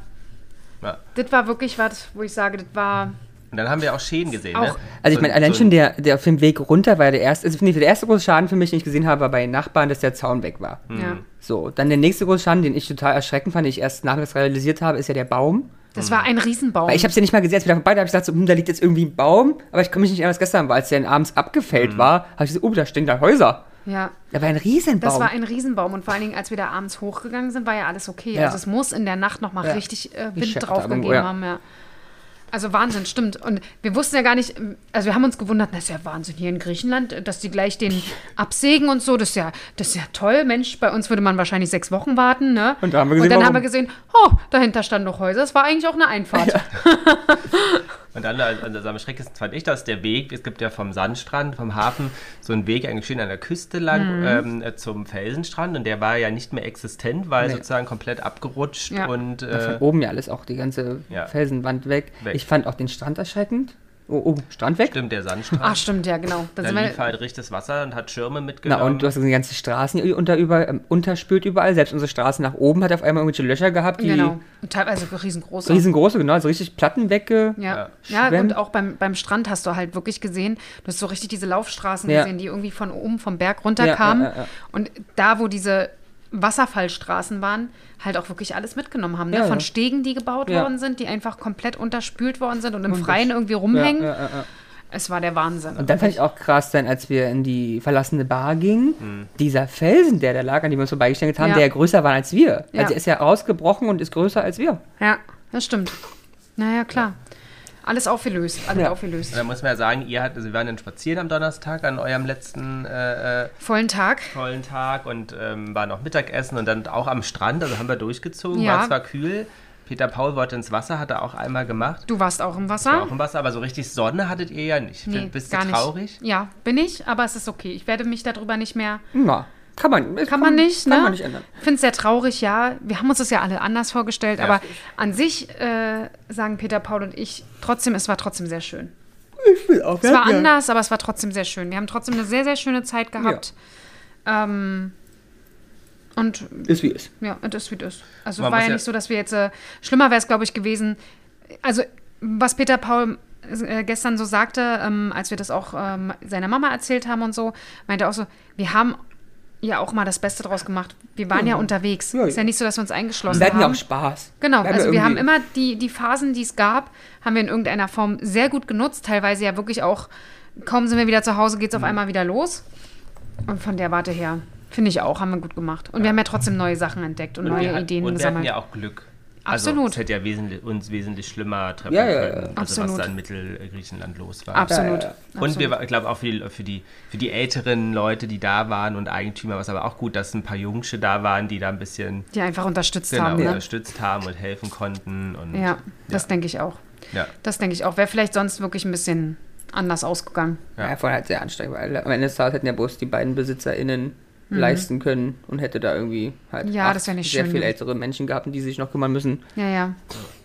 [SPEAKER 2] Ja.
[SPEAKER 3] das war wirklich was, wo ich sage, das war
[SPEAKER 2] Und dann haben wir auch Schäden gesehen.
[SPEAKER 3] Auch-
[SPEAKER 2] ne?
[SPEAKER 1] Also ich
[SPEAKER 2] So-
[SPEAKER 1] meine, allein
[SPEAKER 2] so
[SPEAKER 1] schon der, der auf dem Weg runter war der erste, also nee, der erste große Schaden für mich, den ich gesehen habe, war bei den Nachbarn, dass der Zaun weg war.
[SPEAKER 2] Hm.
[SPEAKER 3] Ja.
[SPEAKER 1] So, dann der nächste große Schaden, den ich total erschreckend fand, den ich erst nachmittags realisiert habe, ist ja der Baum.
[SPEAKER 3] Das
[SPEAKER 2] Hm.
[SPEAKER 3] war ein Riesenbaum.
[SPEAKER 1] Weil ich habe es ja nicht mal gesehen, als wir da vorbei da habe ich gedacht, so, hm, da liegt jetzt irgendwie ein Baum, aber ich komme mich nicht erinnern, was gestern war, als der dann abends abgefällt war, habe ich so, oh, da stehen da Häuser.
[SPEAKER 3] ja,
[SPEAKER 1] Da war ein Riesenbaum.
[SPEAKER 3] das war ein Riesenbaum. Und vor allen Dingen, als wir da abends hochgegangen sind, war ja alles okay.
[SPEAKER 1] Ja.
[SPEAKER 3] Also es muss in der Nacht nochmal
[SPEAKER 1] Ja.
[SPEAKER 3] mal richtig äh,
[SPEAKER 1] Die
[SPEAKER 3] Wind
[SPEAKER 1] Schäfte
[SPEAKER 3] draufgegeben
[SPEAKER 1] irgendwo, ja.
[SPEAKER 3] haben. Ja. Also Wahnsinn, stimmt. Und wir wussten ja gar nicht, also wir haben uns gewundert, das ist ja Wahnsinn hier in Griechenland, dass die gleich den absägen und so, das ist ja, das ist ja toll. Mensch, bei uns würde man wahrscheinlich sechs Wochen warten, ne?
[SPEAKER 1] Und da haben wir gesehen,
[SPEAKER 3] und dann
[SPEAKER 1] warum.
[SPEAKER 3] haben wir gesehen, oh, dahinter standen noch Häuser. Es war eigentlich auch eine Einfahrt.
[SPEAKER 2] Und dann, also also am schrecklichsten fand ich, dass der Weg, es gibt ja vom Sandstrand, vom Hafen, so einen Weg eigentlich schön an der Küste lang ähm, äh, zum Felsenstrand und der war ja nicht mehr existent, weil
[SPEAKER 1] Mhm. Nee.
[SPEAKER 2] sozusagen komplett abgerutscht
[SPEAKER 3] Ja.
[SPEAKER 2] und
[SPEAKER 1] Da von
[SPEAKER 2] äh,
[SPEAKER 1] oben ja alles auch, die ganze
[SPEAKER 2] Ja.
[SPEAKER 1] Felsenwand weg.
[SPEAKER 2] Weg.
[SPEAKER 1] Ich fand auch den Strand erschreckend. Oh, oh, Strand weg.
[SPEAKER 2] stimmt der Sandstrand.
[SPEAKER 3] Ach, stimmt, ja, genau. Da
[SPEAKER 2] da
[SPEAKER 3] sind
[SPEAKER 2] lief
[SPEAKER 3] wir,
[SPEAKER 2] halt richtiges Wasser und hat Schirme
[SPEAKER 1] Na
[SPEAKER 2] mitgenommen.
[SPEAKER 3] Genau.
[SPEAKER 1] und du hast gesehen, die ganzen Straßen hier unter, über, ähm, unterspült überall. Selbst unsere Straße nach oben hat auf einmal irgendwelche Löcher gehabt, die
[SPEAKER 3] genau. Und teilweise riesengroß.
[SPEAKER 1] riesengroße, genau, so richtig Platten wegge.
[SPEAKER 3] Ja, ja.
[SPEAKER 1] Ja.
[SPEAKER 3] und
[SPEAKER 1] Schwemmt.
[SPEAKER 3] auch beim, beim Strand hast du halt wirklich gesehen, du hast so richtig diese Laufstraßen
[SPEAKER 1] Ja.
[SPEAKER 3] gesehen, die irgendwie von oben vom Berg runterkamen.
[SPEAKER 1] Ja, ja, ja, ja.
[SPEAKER 3] Und da, wo diese Wasserfallstraßen waren, halt auch wirklich alles mitgenommen haben. Ne?
[SPEAKER 1] Ja, ja.
[SPEAKER 3] Von Stegen, die gebaut
[SPEAKER 1] Ja.
[SPEAKER 3] worden sind, die einfach komplett unterspült worden sind und im Freien irgendwie rumhängen.
[SPEAKER 1] Ja, ja, ja.
[SPEAKER 3] Es war der Wahnsinn.
[SPEAKER 1] Und dann fand ich auch krass, dann, als wir in die verlassene Bar gingen, dieser Felsen, der da lag, an dem wir uns vorbeigestellt haben,
[SPEAKER 3] Ja.
[SPEAKER 1] der ja größer war als wir.
[SPEAKER 3] Ja.
[SPEAKER 1] Also er ist ja rausgebrochen und ist größer als wir.
[SPEAKER 3] ja, das stimmt. Naja, klar. Alles aufgelöst, alles
[SPEAKER 1] Ja.
[SPEAKER 2] und
[SPEAKER 3] aufgelöst.
[SPEAKER 2] da muss man ja sagen, ihr hat, also wir waren dann spazieren am Donnerstag an eurem letzten äh, äh,
[SPEAKER 3] Vollen Tag.
[SPEAKER 2] tollen Tag und ähm, waren auch Mittagessen und dann auch am Strand, also haben wir durchgezogen,
[SPEAKER 3] Ja.
[SPEAKER 2] war zwar kühl. Peter Paul wollte ins Wasser, hat er auch einmal gemacht.
[SPEAKER 3] Du warst auch im
[SPEAKER 2] War
[SPEAKER 3] Wasser.
[SPEAKER 2] auch im Wasser, aber so richtig Sonne hattet ihr ja nicht.
[SPEAKER 3] Nee,
[SPEAKER 2] Bist du
[SPEAKER 3] gar nicht.
[SPEAKER 2] traurig?
[SPEAKER 3] Ja, bin ich, aber es ist okay. Ich werde mich darüber nicht mehr
[SPEAKER 1] Na, kann man.
[SPEAKER 3] Kann man nicht, ne?
[SPEAKER 1] Kann man nicht ändern.
[SPEAKER 3] Finde es sehr traurig, ja. Wir haben uns das ja alle anders vorgestellt, aber an sich äh, sagen Peter, Paul und ich, trotzdem, es war trotzdem sehr schön. Es war anders, aber es war trotzdem sehr schön. Wir haben trotzdem eine sehr, sehr schöne Zeit gehabt. Ähm, und
[SPEAKER 1] Ist wie ist.
[SPEAKER 3] ja, und ist wie das. Also
[SPEAKER 2] Man
[SPEAKER 3] war
[SPEAKER 2] muss
[SPEAKER 3] ja
[SPEAKER 2] ja-
[SPEAKER 3] nicht so, dass wir jetzt. Äh, schlimmer wäre es, glaube ich, gewesen. Also, was Peter Paul äh, gestern so sagte, ähm, als wir das auch ähm, seiner Mama erzählt haben und so, meinte er auch so, wir haben ja auch mal das Beste draus gemacht. Wir waren ja, unterwegs.
[SPEAKER 1] Ja, ja.
[SPEAKER 3] Ist ja nicht so, dass wir uns eingeschlossen
[SPEAKER 1] Wir hatten
[SPEAKER 3] haben.
[SPEAKER 1] ja auch Spaß.
[SPEAKER 3] Genau,
[SPEAKER 1] ja
[SPEAKER 3] also wir haben
[SPEAKER 1] irgendwie-
[SPEAKER 3] immer die, die Phasen, die es gab, haben wir in irgendeiner Form sehr gut genutzt. Teilweise ja wirklich auch, kaum sind wir wieder zu Hause, geht es auf einmal wieder los. Und von der Warte her, finde ich auch, haben wir gut gemacht. Und wir haben ja trotzdem neue Sachen entdeckt und, neue
[SPEAKER 2] wir hat-
[SPEAKER 3] Ideen
[SPEAKER 2] und wir hatten
[SPEAKER 3] gesammelt.
[SPEAKER 2] ja auch Glück.
[SPEAKER 3] Absolut.
[SPEAKER 2] Also, es hätte ja wesentlich, uns wesentlich schlimmer treffen
[SPEAKER 1] Ja, ja, ja.
[SPEAKER 2] können, also
[SPEAKER 3] Absolut.
[SPEAKER 2] was da in Mittelgriechenland los war.
[SPEAKER 3] Absolut.
[SPEAKER 1] Ja, ja,
[SPEAKER 2] Und wir,
[SPEAKER 3] Absolut.
[SPEAKER 2] ich glaube, auch für die, für, die, für die älteren Leute, die da waren und Eigentümer, war es aber auch gut, dass ein paar Jungsche da waren, die da ein bisschen
[SPEAKER 3] die einfach unterstützt
[SPEAKER 2] genau,
[SPEAKER 3] haben. Ne?
[SPEAKER 2] unterstützt haben und helfen konnten. Und,
[SPEAKER 3] Ja, das denke ich auch.
[SPEAKER 2] ja.
[SPEAKER 3] Das denke ich auch. Wäre vielleicht sonst wirklich ein bisschen anders ausgegangen.
[SPEAKER 1] Ja, vorher halt sehr anstrengend, weil am Ende des Tages hätten ja bloß die beiden BesitzerInnen leisten können und hätte da irgendwie halt
[SPEAKER 3] Mhm. Ja,
[SPEAKER 1] acht
[SPEAKER 3] das wär nicht
[SPEAKER 1] sehr
[SPEAKER 3] schön
[SPEAKER 1] viel
[SPEAKER 3] gewesen.
[SPEAKER 1] ältere Menschen gehabt, um die sie sich noch kümmern müssen.
[SPEAKER 3] Ja, ja.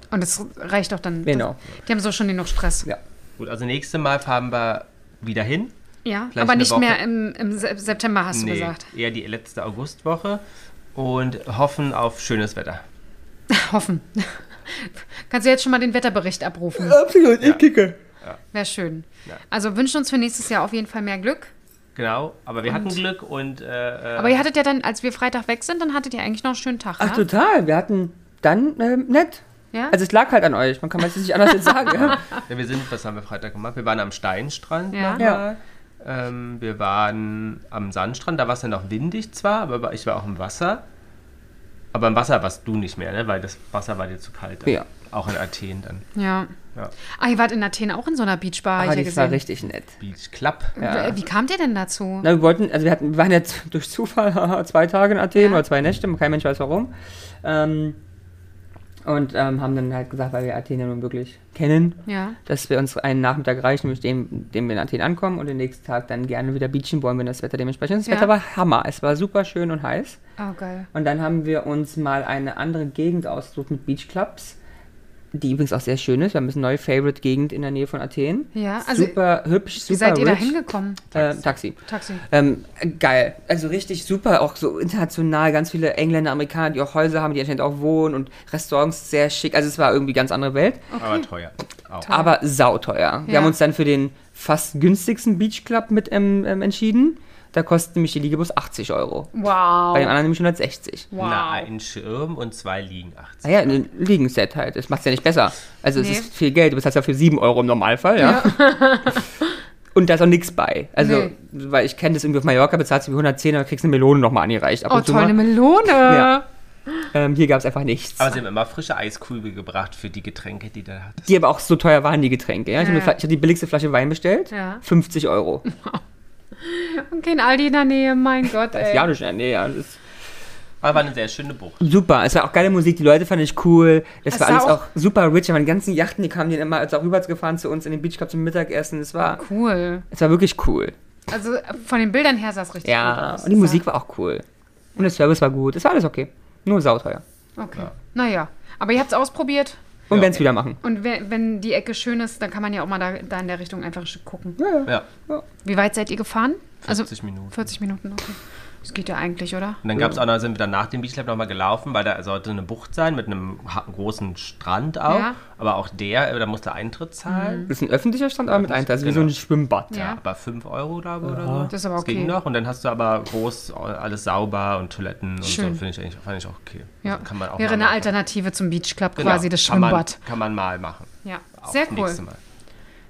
[SPEAKER 3] Und es reicht doch dann.
[SPEAKER 1] Genau.
[SPEAKER 3] Das, die haben so schon genug Stress.
[SPEAKER 1] Ja.
[SPEAKER 2] Gut, also nächstes Mal fahren wir wieder hin.
[SPEAKER 3] Ja,
[SPEAKER 2] Vielleicht
[SPEAKER 3] aber
[SPEAKER 2] eine
[SPEAKER 3] nicht
[SPEAKER 2] Woche.
[SPEAKER 3] mehr im, im Se- September, hast du gesagt.
[SPEAKER 2] eher die letzte Augustwoche und hoffen auf schönes Wetter.
[SPEAKER 3] Hoffen. Kannst du jetzt schon mal den Wetterbericht abrufen?
[SPEAKER 1] Absolut,
[SPEAKER 2] ich Ja.
[SPEAKER 1] kicke.
[SPEAKER 3] Wäre schön.
[SPEAKER 2] Ja.
[SPEAKER 3] Also wünschen uns für nächstes Jahr auf jeden Fall mehr Glück.
[SPEAKER 2] Genau, aber wir hatten Glück und äh, äh,
[SPEAKER 3] Aber ihr hattet ja dann, als wir Freitag weg sind, dann hattet ihr eigentlich noch einen schönen Tag.
[SPEAKER 1] Ach,
[SPEAKER 3] ne?
[SPEAKER 1] total. Wir hatten dann ähm, nett.
[SPEAKER 3] Ja?
[SPEAKER 1] Also es lag halt an euch. Man kann es nicht anders jetzt sagen.
[SPEAKER 2] ja, wir sind, was haben wir Freitag gemacht? Wir waren am Steinstrand
[SPEAKER 3] Ja.
[SPEAKER 2] nochmal. Ähm, wir waren am Sandstrand, da war es dann noch windig zwar, aber ich war auch im Wasser. Aber im Wasser warst du nicht mehr, ne? weil das Wasser war dir zu kalt. dann.
[SPEAKER 1] Ja.
[SPEAKER 2] Auch in Athen dann.
[SPEAKER 3] ja.
[SPEAKER 2] Ja.
[SPEAKER 3] Ah, ihr wart in Athen auch in so einer Beachbar,
[SPEAKER 1] Aber
[SPEAKER 3] hab ich ja
[SPEAKER 1] Ah, die war
[SPEAKER 3] gesehen.
[SPEAKER 1] richtig nett.
[SPEAKER 2] Beach Club.
[SPEAKER 3] W- Wie kamt ihr denn dazu?
[SPEAKER 1] Na, wir wollten, also wir, hatten, wir waren jetzt durch Zufall haha, zwei Tage in Athen
[SPEAKER 3] Ja.
[SPEAKER 1] oder zwei Nächte, kein Mensch weiß warum. Ähm, und ähm, haben dann halt gesagt, weil wir Athen ja nun wirklich kennen,
[SPEAKER 3] Ja.
[SPEAKER 1] dass wir uns einen Nachmittag reichen, mit dem, dem wir in Athen ankommen und den nächsten Tag dann gerne wieder beachen wollen, wenn das Wetter dementsprechend ist. Das
[SPEAKER 3] Ja.
[SPEAKER 1] Wetter war Hammer, es war super schön und heiß.
[SPEAKER 3] Oh, geil.
[SPEAKER 1] Und dann haben wir uns mal eine andere Gegend ausgesucht mit Beachclubs, die übrigens auch sehr schön ist. Wir haben eine neue Favorite-Gegend in der Nähe von Athen.
[SPEAKER 3] Ja, also-
[SPEAKER 1] super hübsch, super
[SPEAKER 3] Wie seid ihr da
[SPEAKER 1] rich.
[SPEAKER 3] hingekommen?
[SPEAKER 1] Äh, Taxi.
[SPEAKER 3] Taxi.
[SPEAKER 1] Ähm, geil. Also richtig super, auch so international, ganz viele Engländer, Amerikaner, die auch Häuser haben, die anscheinend auch wohnen und Restaurants sehr schick. Also es war irgendwie ganz andere Welt,
[SPEAKER 2] Aber teuer. Auch.
[SPEAKER 3] Teuer.
[SPEAKER 1] aber sauteuer. Wir
[SPEAKER 3] Ja.
[SPEAKER 1] haben uns dann für den fast günstigsten Beach Club mit ähm, ähm, entschieden. Da kostet nämlich der Liegebus 80 Euro.
[SPEAKER 3] Wow.
[SPEAKER 1] Bei dem anderen nämlich 160.
[SPEAKER 3] wow.
[SPEAKER 2] Na, ein Schirm und zwei liegen 80.
[SPEAKER 1] Naja, ein Liegenset halt. Das macht's ja nicht besser. Also
[SPEAKER 3] Nee.
[SPEAKER 1] es ist viel Geld. Du bezahlst ja für 7 Euro im Normalfall, ja. Und da ist auch nichts bei. Also,
[SPEAKER 3] Nee.
[SPEAKER 1] weil ich kenne das irgendwie auf Mallorca, bezahlst du für 110 und kriegst eine Melone nochmal angereicht. Ab
[SPEAKER 3] Oh,
[SPEAKER 1] und zu
[SPEAKER 3] toll, eine
[SPEAKER 1] mal.
[SPEAKER 3] Melone.
[SPEAKER 1] Ja. Ähm, hier gab es einfach nichts.
[SPEAKER 2] Aber sie haben immer frische Eiskugeln gebracht für die Getränke, die du hattest.
[SPEAKER 1] die aber auch so teuer waren, die Getränke. Ja? Ich
[SPEAKER 3] Ja.
[SPEAKER 1] habe hab die billigste Flasche Wein bestellt.
[SPEAKER 3] Ja.
[SPEAKER 1] 50 Euro.
[SPEAKER 3] Und kein Aldi in der Nähe, mein Gott,
[SPEAKER 1] Das ist
[SPEAKER 3] ey.
[SPEAKER 1] ja nicht in der Nähe. ja. Das ist
[SPEAKER 2] Aber war eine sehr schöne Bucht.
[SPEAKER 1] super. Es war auch geile Musik. Die Leute fand ich cool. Das
[SPEAKER 3] Es
[SPEAKER 1] war
[SPEAKER 3] sah
[SPEAKER 1] alles
[SPEAKER 3] auch-
[SPEAKER 1] auch, super rich. Aber die ganzen Yachten, die kamen dann immer als auch rübergefahren zu uns in den Beach Club zum Mittagessen. Es war,
[SPEAKER 3] Cool.
[SPEAKER 1] es war wirklich cool.
[SPEAKER 3] Also von den Bildern her sah es richtig gut
[SPEAKER 1] Ja,
[SPEAKER 3] aus.
[SPEAKER 1] und die Musik war auch cool. Und der Service war gut. Es war alles okay. Nur sauteuer.
[SPEAKER 3] Okay. Naja, aber ihr habt es ausprobiert.
[SPEAKER 1] Und
[SPEAKER 2] Ja.
[SPEAKER 1] werden's wieder machen.
[SPEAKER 3] Und wenn, wenn die Ecke schön ist, dann kann man ja auch mal da, da in der Richtung einfach ein Stück gucken.
[SPEAKER 2] Ja,
[SPEAKER 3] Wie weit seid ihr gefahren?
[SPEAKER 2] 40 Minuten.
[SPEAKER 3] 40 Minuten, okay. Das geht ja eigentlich, oder?
[SPEAKER 2] Und dann gab es auch noch, sind wir dann nach dem Beach Club nochmal gelaufen, weil da sollte eine Bucht sein mit einem ha- großen Strand auch.
[SPEAKER 3] Ja. Mhm.
[SPEAKER 2] Aber auch der, äh, da musste Eintritt zahlen.
[SPEAKER 1] Das ist ein öffentlicher Stand, aber mit Eintritt. Also wie so ein
[SPEAKER 2] Genau.
[SPEAKER 1] Schwimmbad.
[SPEAKER 3] Ja.
[SPEAKER 2] Aber 5 Euro, glaube ich, oder so.
[SPEAKER 3] Das ist aber okay.
[SPEAKER 2] ging noch. Und dann hast du aber groß, äh, alles sauber und Toiletten und
[SPEAKER 3] Schön.
[SPEAKER 2] so. Finde ich eigentlich, fand ich auch okay.
[SPEAKER 3] Ja.
[SPEAKER 2] Also kann man auch
[SPEAKER 3] Wäre
[SPEAKER 2] mal
[SPEAKER 3] eine
[SPEAKER 2] machen.
[SPEAKER 3] Alternative zum Beach Club
[SPEAKER 2] Genau.
[SPEAKER 3] quasi, das
[SPEAKER 2] Kann man-
[SPEAKER 3] Schwimmbad.
[SPEAKER 2] Kann man mal machen.
[SPEAKER 3] Ja,
[SPEAKER 2] Auch
[SPEAKER 3] sehr
[SPEAKER 2] das
[SPEAKER 3] cool.
[SPEAKER 2] nächste Mal.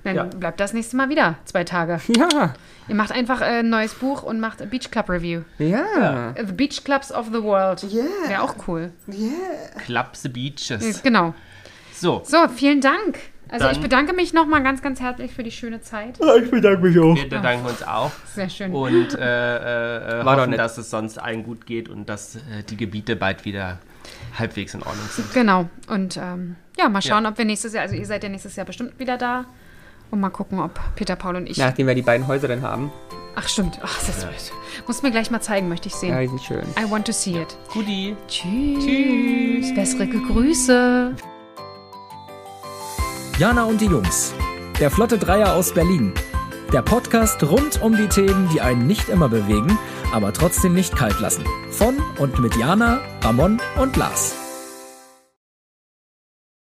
[SPEAKER 3] Dann
[SPEAKER 2] Ja.
[SPEAKER 3] bleibt das nächste Mal wieder, zwei Tage.
[SPEAKER 1] Ja.
[SPEAKER 3] Ihr macht einfach äh, ein neues Buch und macht ein Beach Club Review.
[SPEAKER 1] Ja.
[SPEAKER 3] Äh, The Beach Clubs of the World.
[SPEAKER 1] Yeah.
[SPEAKER 3] Wäre auch cool.
[SPEAKER 2] Clubs the Beaches.
[SPEAKER 3] Genau.
[SPEAKER 2] So,
[SPEAKER 3] So, vielen Dank. Also
[SPEAKER 2] Dann-
[SPEAKER 3] ich bedanke mich nochmal ganz, ganz herzlich für die schöne Zeit.
[SPEAKER 1] Ich bedanke mich auch.
[SPEAKER 2] wir bedanken uns auch.
[SPEAKER 3] Sehr schön.
[SPEAKER 2] Und äh, äh,
[SPEAKER 1] War doch
[SPEAKER 2] hoffen,
[SPEAKER 1] nett.
[SPEAKER 2] dass es sonst allen gut geht und dass äh, die Gebiete bald wieder halbwegs in Ordnung sind.
[SPEAKER 3] Genau. Und ähm, ja, mal schauen,
[SPEAKER 2] Ja.
[SPEAKER 3] ob wir nächstes Jahr, also ihr seid ja nächstes Jahr bestimmt wieder da. Und mal gucken, ob Peter, Paul und ich.
[SPEAKER 1] Nachdem wir die beiden Häuser dann haben.
[SPEAKER 3] Ach, stimmt. Ach, das ist Muss mir gleich mal zeigen, möchte ich
[SPEAKER 1] Ja,
[SPEAKER 3] sehen.
[SPEAKER 1] die sind schön.
[SPEAKER 3] I want to see it.
[SPEAKER 2] Gudi.
[SPEAKER 3] Tschüss. Tschüss. Bessere Grüße.
[SPEAKER 4] Jana und die Jungs. Der Flotte Dreier aus Berlin. Der Podcast rund um die Themen, die einen nicht immer bewegen, aber trotzdem nicht kalt lassen. Von und mit Jana, Ramon und Lars.